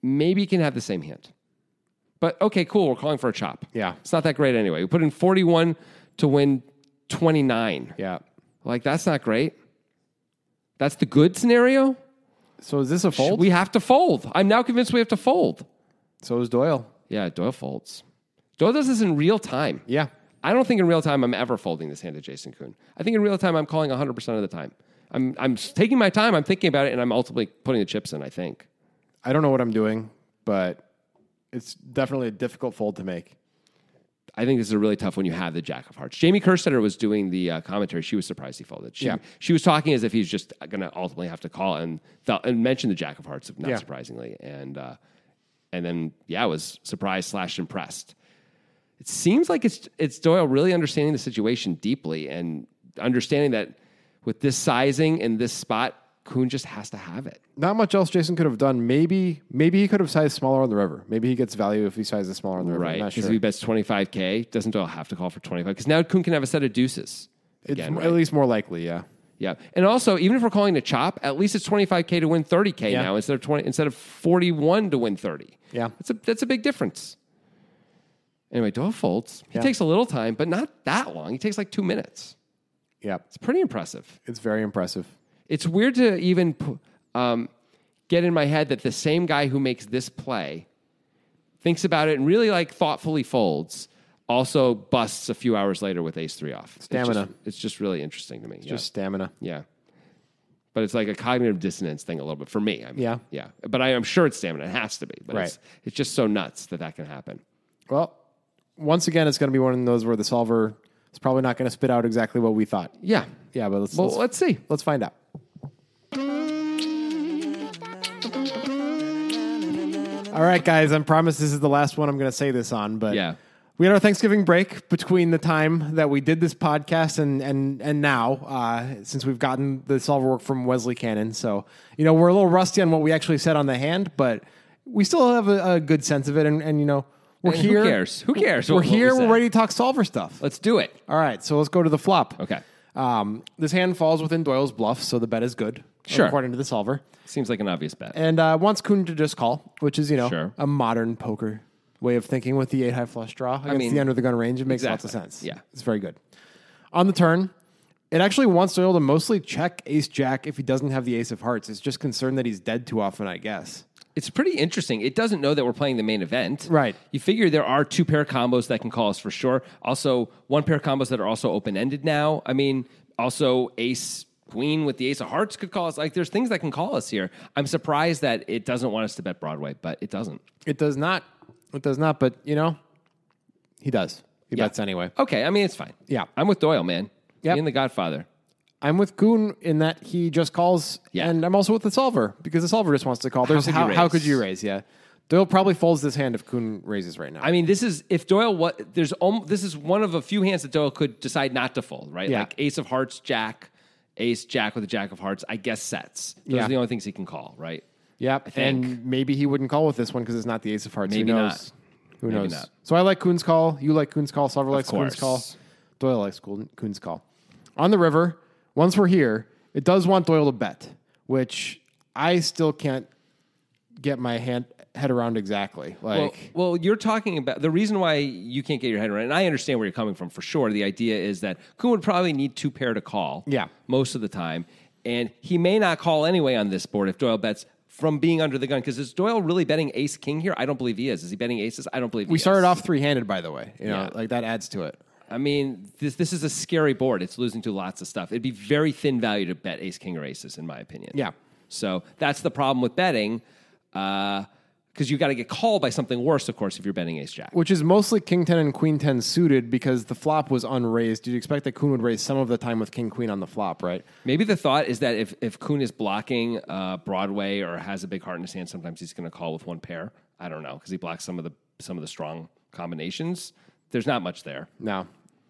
Speaker 1: Maybe he can have the same hand. But okay, cool. We're calling for a chop.
Speaker 4: Yeah.
Speaker 1: It's not that great anyway. We put in 41 to win 29.
Speaker 4: yeah.
Speaker 1: Like, that's not great. That's the good scenario.
Speaker 4: So is this a fold?
Speaker 1: We have to fold. I'm now convinced we have to fold.
Speaker 4: so is Doyle.
Speaker 1: Yeah, Doyle folds. Doyle does this in real time.
Speaker 4: Yeah.
Speaker 1: I don't think in real time I'm ever folding this hand to Jason Kuhn. I think in real time I'm calling 100% of the time. I'm, I'm s- taking my time, I'm thinking about it, and I'm ultimately putting the chips in, I think.
Speaker 4: I don't know what I'm doing, but it's definitely a difficult fold to make.
Speaker 1: I think this is a really tough when you have the Jack of Hearts. Jamie Kerstetter was doing the uh, commentary. She was surprised he folded. She,
Speaker 4: Yeah.
Speaker 1: she was talking as if he's just going to ultimately have to call and, th- and mention the Jack of Hearts, not
Speaker 4: Yeah.
Speaker 1: surprisingly. And, uh, and then, yeah, was surprised slash impressed. It seems like it's, it's Doyle really understanding the situation deeply and understanding that with this sizing and this spot, Kuhn just has to have it.
Speaker 4: Not much else Jason could have done. Maybe maybe he could have sized smaller on the river. Maybe he gets value if he sizes smaller on the river. I'm
Speaker 1: Right.
Speaker 4: not
Speaker 1: Because
Speaker 4: sure.
Speaker 1: if he bets 25K, doesn't Doyle have to call for 25? Because now Kuhn can have a set of deuces.
Speaker 4: It's
Speaker 1: again,
Speaker 4: m-
Speaker 1: right?
Speaker 4: at least more likely, yeah.
Speaker 1: Yeah, and also even if we're calling a chop, at least it's twenty five k to win thirty k
Speaker 4: Yeah.
Speaker 1: now instead of twenty instead of forty one to win thirty.
Speaker 4: Yeah.
Speaker 1: that's a that's a big difference. Anyway, Doyle folds. He
Speaker 4: Yeah.
Speaker 1: takes a little time, but not that long. He takes like two minutes.
Speaker 4: Yeah.
Speaker 1: It's pretty impressive.
Speaker 4: It's very impressive.
Speaker 1: It's weird to even pu- um, get in my head that the same guy who makes this play thinks about it and really like thoughtfully folds. Also busts a few hours later with ace three off. It's just-
Speaker 4: Stamina.
Speaker 1: It's just, really interesting to me. Yeah.
Speaker 4: Just stamina.
Speaker 1: Yeah. But it's like a cognitive dissonance thing a little bit for me. I mean,
Speaker 4: Yeah.
Speaker 1: yeah. But I, am sure it's stamina. It has to be. But
Speaker 4: Right.
Speaker 1: it's, it's just so nuts that that can happen.
Speaker 4: Well, once again, it's going to be one of those where the solver is probably not going to spit out exactly what we thought.
Speaker 1: Yeah.
Speaker 4: Yeah, but let's
Speaker 1: Well,
Speaker 4: let's,
Speaker 1: let's see.
Speaker 4: let's find out. All right, guys. I promise this is the last one I'm going to say this on, but
Speaker 1: Yeah.
Speaker 4: we had our Thanksgiving break between the time that we did this podcast and and and now, uh, since we've gotten the solver work from Wesley Cannon. So you know we're a little rusty on what we actually said on the hand, but we still have a, a good sense of it, and, and you know we're
Speaker 1: And who
Speaker 4: here.
Speaker 1: cares? Who cares
Speaker 4: We're
Speaker 1: what- what we
Speaker 4: here.
Speaker 1: said?
Speaker 4: we're ready to talk solver stuff.
Speaker 1: Let's do it.
Speaker 4: All right, so let's go to the flop.
Speaker 1: Okay.
Speaker 4: Um, this hand falls within Doyle's bluff, so the bet is good.
Speaker 1: Sure.
Speaker 4: According to the solver.
Speaker 1: Seems like an obvious bet.
Speaker 4: And uh, wants Kuhn to just call, which is, you know,
Speaker 1: Sure.
Speaker 4: a modern poker way of thinking with the eight high flush draw against
Speaker 1: mean,
Speaker 4: the under the gun range. It makes lots of
Speaker 1: exactly.
Speaker 4: sense.
Speaker 1: Yeah.
Speaker 4: It's very good. On the turn, it actually wants Doyle to mostly check ace jack if he doesn't have the ace of hearts. It's just concerned that he's dead too often, I guess.
Speaker 1: It's pretty interesting. It doesn't know that we're playing the main event.
Speaker 4: Right.
Speaker 1: You figure there are two pair combos that can call us for sure. Also, one pair combos that are also open ended now. I mean, also ace queen with the ace of hearts could call us. Like, there's things that can call us here. I'm surprised that it doesn't want us to bet Broadway, but it doesn't.
Speaker 4: It does not. It does not, but, you know, he does. He
Speaker 1: Yeah.
Speaker 4: bets anyway.
Speaker 1: Okay. I mean, it's fine.
Speaker 4: Yeah.
Speaker 1: I'm with Doyle, man.
Speaker 4: Yep.
Speaker 1: Me and the Godfather.
Speaker 4: I'm with Goon in that he just calls,
Speaker 1: Yeah.
Speaker 4: and I'm also with the solver because the solver just wants to call. There's
Speaker 1: could you
Speaker 4: how, how
Speaker 1: raise?
Speaker 4: could you raise? Yeah, Doyle probably folds this hand if Goon raises right now.
Speaker 1: I mean, this is if Doyle. What there's om, this is one of a few hands that Doyle could decide not to fold, right?
Speaker 4: Yeah.
Speaker 1: Like Ace of Hearts, Jack, Ace Jack with a Jack of Hearts. I guess sets. Those
Speaker 4: Yeah.
Speaker 1: are the only things he can call, right?
Speaker 4: yep,
Speaker 1: think.
Speaker 4: and maybe he wouldn't call with this one because it's not the ace of hearts.
Speaker 1: Maybe
Speaker 4: Who knows?
Speaker 1: not.
Speaker 4: Who
Speaker 1: Maybe
Speaker 4: knows?
Speaker 1: not.
Speaker 4: So I like Kuhn's call. You like Kuhn's call. Solver likes Kuhn's
Speaker 1: course.
Speaker 4: call. Doyle likes Kuhn- Kuhn's call. On the river, once we're here, it does want Doyle to bet, which I still can't get my hand, head around exactly. Like.
Speaker 1: Well, well, you're talking about the reason why you can't get your head around, it, and I understand where you're coming from for sure. The idea is that Kuhn would probably need two pair to call,
Speaker 4: Yeah.
Speaker 1: most of the time, and he may not call anyway on this board if Doyle bets from being under the gun. Because is Doyle really betting Ace King here? I don't believe he is. Is he betting aces? I don't believe
Speaker 4: we
Speaker 1: he
Speaker 4: started
Speaker 1: is.
Speaker 4: off three-handed, by the way. You know,
Speaker 1: Yeah.
Speaker 4: like that adds to it.
Speaker 1: I mean, this this is a scary board. It's losing to lots of stuff. It'd be very thin value to bet ace king or aces, in my opinion.
Speaker 4: Yeah.
Speaker 1: So that's the problem with betting, because you got to get called by something worse, of course, if you're betting ace jack.
Speaker 4: which is mostly king 10 and queen 10 suited because the flop was unraised. You'd expect that Kuhn would raise some of the time with king queen on the flop, right?
Speaker 1: Maybe the thought is that if if Kuhn is blocking uh, Broadway or has a big heart in his hand, sometimes he's going to call with one pair. I don't know because he blocks some of the some of the strong combinations. There's not much there.
Speaker 4: No,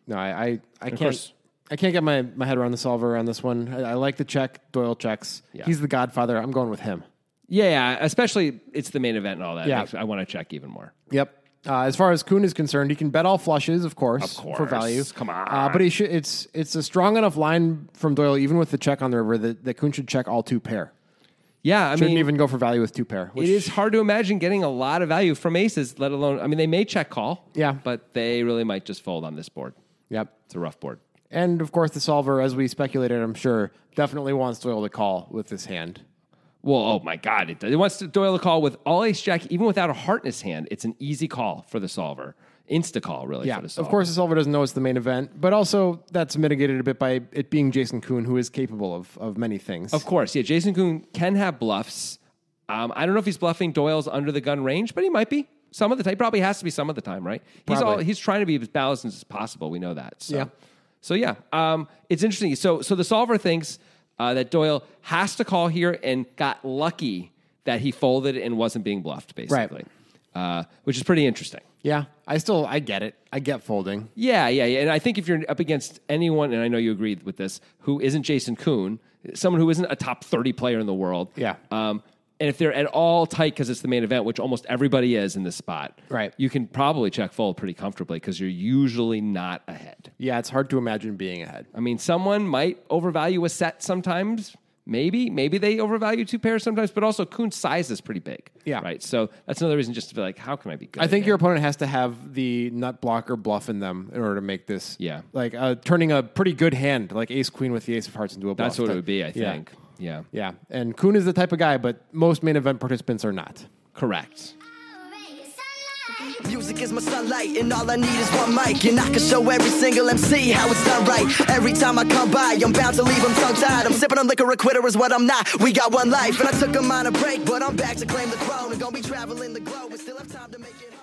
Speaker 4: no, I, I, I can't.
Speaker 1: course-
Speaker 4: I can't get my, my head around the solver on this one. I, I like the check. Doyle checks.
Speaker 1: Yeah.
Speaker 4: He's the godfather. I'm going with him.
Speaker 1: Yeah, especially it's the main event and all that.
Speaker 4: Yeah.
Speaker 1: Makes- I want to check even more.
Speaker 4: Yep. Uh, as far as Kuhn is concerned, he can bet all flushes, of course,
Speaker 1: Of course.
Speaker 4: for value.
Speaker 1: Come on.
Speaker 4: uh, but he should. It's it's a strong enough line from Doyle, even with the check on the river, that, that Kuhn should check all two pair.
Speaker 1: Yeah, I
Speaker 4: Shouldn't
Speaker 1: mean,
Speaker 4: even go for value with two pair. Which
Speaker 1: It is hard to imagine getting a lot of value from aces, let alone, I mean, they may check call.
Speaker 4: Yeah.
Speaker 1: But they really might just fold on this board.
Speaker 4: Yep.
Speaker 1: It's a rough board.
Speaker 4: And of course, the solver, as we speculated, I'm sure, definitely wants Doyle to call with this hand.
Speaker 1: Well, oh my God. It, it wants to Doyle to call with all ace jack, even without a heart in his hand. It's an easy call for the solver. Insta call, really,
Speaker 4: Yeah,
Speaker 1: for the solver.
Speaker 4: of course, the solver doesn't know it's the main event, but also that's mitigated a bit by it being Jason Kuhn, who is capable of, of many things.
Speaker 1: Of course. Yeah. Jason Kuhn can have bluffs. Um, I don't know if he's bluffing Doyle's under the gun range, but he might be. Some of the time, probably has to be some of the time, right? He's all
Speaker 4: Probably.
Speaker 1: he's trying to be as balanced as possible. We know that. So.
Speaker 4: Yeah.
Speaker 1: So yeah, um, it's interesting. So so the solver thinks uh, that Doyle has to call here and got lucky that he folded and wasn't being bluffed, basically, uh, which is pretty interesting.
Speaker 4: Yeah, I still, I get it. I get folding.
Speaker 1: Yeah, yeah, yeah. And I think if you're up against anyone, and I know you agree with this, who isn't Jason Kuhn, someone who isn't a top 30 player in the world.
Speaker 4: Yeah.
Speaker 1: Um, and if they're at all tight because it's the main event, which almost everybody is in this spot,
Speaker 4: Right.
Speaker 1: You can probably check fold pretty comfortably because you're usually not ahead.
Speaker 4: Yeah, it's hard to imagine being ahead.
Speaker 1: I mean, someone might overvalue a set sometimes. Maybe, maybe they overvalue two pairs sometimes, but also Kuhn's size is pretty big.
Speaker 4: Yeah.
Speaker 1: Right. So that's another reason just to be like, how can I be good?
Speaker 4: I
Speaker 1: at it?
Speaker 4: think your opponent has to have the nut blocker bluff in them in order to make this.
Speaker 1: Yeah.
Speaker 4: Like uh, turning a pretty good hand, like ace queen with the ace of hearts, into a bluff.
Speaker 1: that's what it would be, I
Speaker 4: Yeah.
Speaker 1: think. Yeah.
Speaker 4: Yeah. And Kuhn is the type of guy, but most main event participants are not.
Speaker 1: Correct.
Speaker 3: Sunlight.
Speaker 2: Music is my sunlight, and all I need is one mic. And I can show every single MC how it's done right. Every time I come by, I'm bound to leave them tongue tied. I'm sipping on liquor, a quitter is what I'm not. We got one life, and I took a minor break, but I'm back to claim the throne. And gonna be traveling the globe, and still have time to make it home.